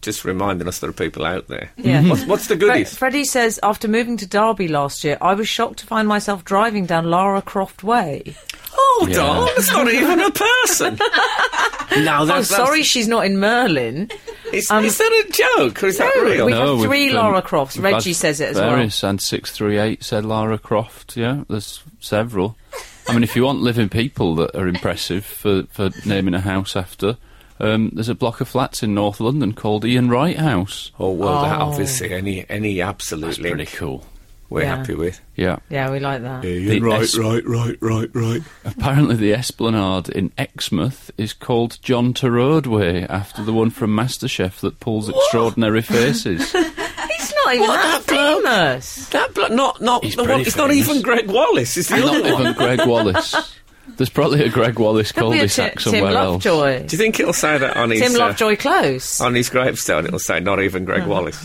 Speaker 2: just reminding us there are people out there. Mm-hmm.
Speaker 4: Yeah.
Speaker 2: What's, what's the
Speaker 4: Fre-
Speaker 2: goodies?
Speaker 4: Freddie says, after moving to Derby last year, I was shocked to find myself driving down Lara Croft Way.
Speaker 2: Hold
Speaker 3: Yeah.
Speaker 2: on, it's not even a person. no,
Speaker 4: Oh,
Speaker 2: that's,
Speaker 4: sorry, she's not in Merlin.
Speaker 2: Is,
Speaker 4: um,
Speaker 2: is that a joke or is that real?
Speaker 4: we
Speaker 3: No,
Speaker 4: have
Speaker 3: we've
Speaker 4: three
Speaker 3: done-
Speaker 4: Lara Crofts.
Speaker 3: we've had
Speaker 4: Reggie says it as well.
Speaker 3: various, and six three eight said Lara Croft. Yeah, there's several. I mean, if you want living people that are impressive for, for naming a house after, um, there's a block of flats in North London called Ian Wright House.
Speaker 2: Oh well, that
Speaker 4: Oh.
Speaker 2: obviously any any absolute
Speaker 3: That's
Speaker 2: link
Speaker 3: pretty cool.
Speaker 2: we're
Speaker 4: Yeah.
Speaker 2: happy with.
Speaker 3: Yeah.
Speaker 4: Yeah, we like that.
Speaker 3: The right, es-
Speaker 2: right, right, right, right.
Speaker 3: Apparently, the Esplanade in Exmouth is called John Turod Way after the one from MasterChef that pulls extraordinary faces.
Speaker 4: He's not even
Speaker 2: What
Speaker 4: that
Speaker 2: the bloke?
Speaker 4: famous.
Speaker 2: That blo- not not
Speaker 3: He's
Speaker 2: the one,
Speaker 3: pretty
Speaker 2: it's not
Speaker 3: famous.
Speaker 2: even Greg Wallace. It's the
Speaker 3: Not
Speaker 2: other one.
Speaker 3: even Greg Wallace. There's probably a Greg Wallace
Speaker 4: Could be a
Speaker 3: cul-de-sac
Speaker 4: Ti- Tim
Speaker 3: somewhere else.
Speaker 4: Lovejoy.
Speaker 2: Do you think it'll say that on his
Speaker 4: Tim
Speaker 2: uh,
Speaker 4: Lovejoy Close.
Speaker 2: on his gravestone? It'll say not even Greg Wallace.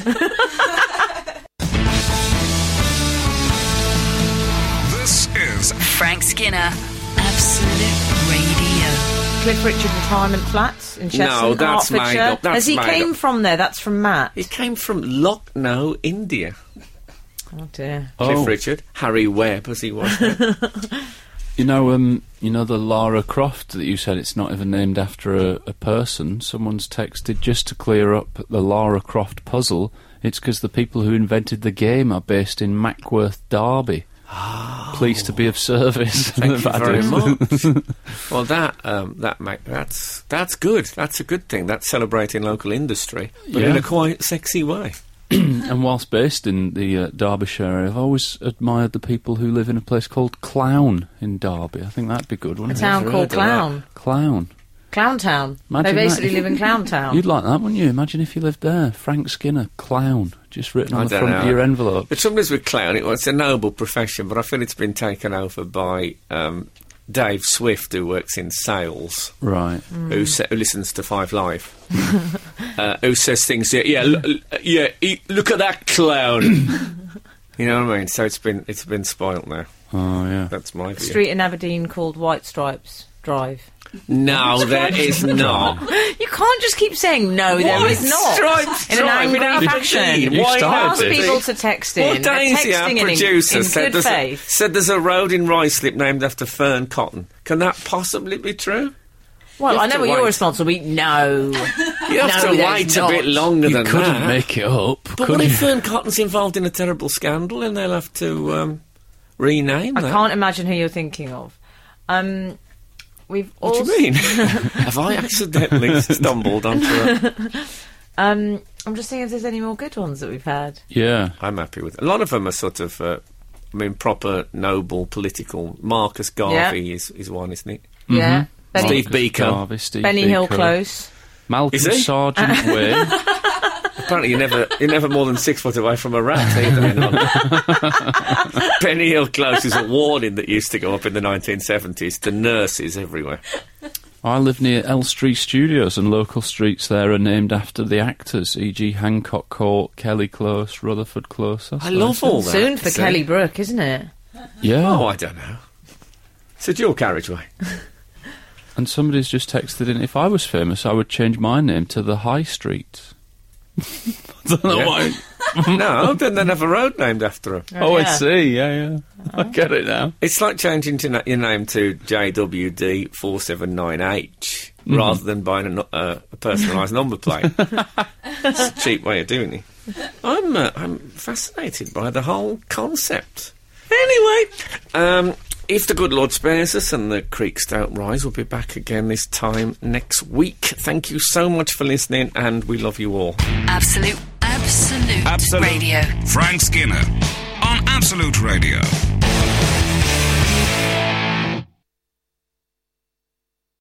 Speaker 5: This is
Speaker 1: Frank Skinner, Absolute Radio.
Speaker 4: Cliff Richard Retirement Flats in Cheshire,
Speaker 2: No, that's made
Speaker 4: Hertfordshire.
Speaker 2: up, that's
Speaker 4: As he
Speaker 2: made
Speaker 4: came
Speaker 2: up.
Speaker 4: from there, that's from Matt.
Speaker 2: He came from Lucknow, India.
Speaker 4: Oh dear.
Speaker 3: Oh.
Speaker 2: Cliff Richard, Harry Webb, as he was.
Speaker 3: You know, um, you know the Lara Croft that you said it's not even named after a, a person. Someone's texted just to clear up the Lara Croft puzzle. It's because the people who invented the game are based in Mackworth, Derby. Pleased to be of service.
Speaker 2: Ah. Thank you
Speaker 3: That
Speaker 2: very
Speaker 3: is-
Speaker 2: much. well, that um, that make, that's that's good. That's a good thing. That's celebrating local industry, but in
Speaker 3: Yeah.
Speaker 2: a quite sexy way.
Speaker 3: and whilst based in the uh, Derbyshire area, I've always admired the people who live in a place called Clown in Derby. I think that'd be good, wouldn't
Speaker 4: A
Speaker 3: it?
Speaker 4: town called Clown.
Speaker 3: Clown.
Speaker 4: Clown Town.
Speaker 3: Imagine
Speaker 4: they basically
Speaker 3: that.
Speaker 4: live in Clown Town.
Speaker 3: You'd like that, wouldn't you? Imagine if you lived there. Frank Skinner, clown, just written on
Speaker 2: I
Speaker 3: the
Speaker 2: don't
Speaker 3: front
Speaker 2: know.
Speaker 3: of your envelope.
Speaker 2: The trouble is with clown, it, well, it's a noble profession, but I feel it's been taken over by um, Dave Swift, who works in sales,
Speaker 3: Right.
Speaker 4: Mm. Hmm.
Speaker 2: who, sa- who listens to Five Live, uh, who says things, yeah, yeah, l- l- yeah he, look at that clown. you know what I mean? So it's been it's been spoilt now.
Speaker 3: Oh yeah.
Speaker 2: That's my view.
Speaker 4: Street in Aberdeen called White Stripes Drive.
Speaker 2: No, there is not.
Speaker 4: You can't just keep saying no. There
Speaker 2: White
Speaker 4: is not
Speaker 2: stripes
Speaker 4: in an
Speaker 2: drive
Speaker 4: angry
Speaker 2: in
Speaker 4: fashion.
Speaker 2: Aberdeen.
Speaker 3: You
Speaker 2: Why
Speaker 3: started
Speaker 4: Ask
Speaker 2: not?
Speaker 3: it.
Speaker 4: people to text in.
Speaker 2: Well,
Speaker 4: They're
Speaker 2: Daisy,
Speaker 4: texting
Speaker 2: our
Speaker 4: in in,
Speaker 2: producer,
Speaker 4: in
Speaker 2: said,
Speaker 4: good
Speaker 2: there's a,
Speaker 4: faith.
Speaker 2: said there's a road in Ruislip named after Fern Cotton. Can that possibly be true?
Speaker 4: Well,
Speaker 2: you
Speaker 4: I
Speaker 2: have
Speaker 4: know
Speaker 2: to
Speaker 4: what your
Speaker 2: wait.
Speaker 4: response will be. No.
Speaker 2: You have to
Speaker 4: No, there's
Speaker 2: wait
Speaker 4: not.
Speaker 2: a bit longer
Speaker 3: You
Speaker 2: than
Speaker 3: couldn't
Speaker 2: that.
Speaker 3: make it up,
Speaker 2: but
Speaker 3: could
Speaker 2: what
Speaker 3: you?
Speaker 2: if Fern Cotton's involved in a terrible scandal and they'll have to um, rename
Speaker 4: I
Speaker 2: that?
Speaker 4: can't imagine who you're thinking of. Um, we've
Speaker 2: What
Speaker 4: also.
Speaker 2: do you mean? have I accidentally stumbled onto a...
Speaker 4: Um, I'm just seeing if there's any more good ones that we've had.
Speaker 3: Yeah.
Speaker 2: I'm happy with it. A lot of them are sort of, uh, I mean, proper, noble, political. Marcus Garvey is, is one, isn't it?
Speaker 4: Yeah. Benny,
Speaker 2: Steve
Speaker 3: Marcus
Speaker 2: Beaker.
Speaker 3: Garvey, Steve
Speaker 4: Benny Hill
Speaker 3: Beaker.
Speaker 4: Close.
Speaker 3: Malcolm
Speaker 2: Is he?
Speaker 3: Sergeant Way.
Speaker 2: Apparently, you're never you're never more than six foot away from a rat either. in Holland. Penny Hill Close is a warning that used to go up in the 1970s to nurses everywhere.
Speaker 3: I live near Elstree Studios, and local streets there are named after the actors, e.g., Hancock Court, Kelly Close, Rutherford Close. that's
Speaker 2: I
Speaker 3: nice.
Speaker 2: love all that.
Speaker 4: Soon for
Speaker 2: See?
Speaker 4: Kelly Brook, isn't it?
Speaker 3: Yeah.
Speaker 2: Oh, I don't know. It's a dual carriageway.
Speaker 3: And somebody's just texted in, if I was famous, I would change my name to the High Street. I don't know
Speaker 2: Yeah.
Speaker 3: why.
Speaker 2: no, then they have a road named after them.
Speaker 3: Oh, I
Speaker 4: yeah.
Speaker 3: see. Yeah, yeah. I
Speaker 2: Uh-huh.
Speaker 3: get it now.
Speaker 2: It's like changing to na- your name to JWD 479H rather than buying a, nu- uh, a personalised number plate. it's a cheap way of doing it. I'm, uh, I'm fascinated by the whole concept. Anyway, um, if the good Lord spares us and the creeks don't rise, we'll be back again this time next week. Thank you so much for listening, and we love you all.
Speaker 1: Absolute, Absolute,
Speaker 5: Absolute.
Speaker 1: Radio.
Speaker 5: Frank Skinner on Absolute Radio.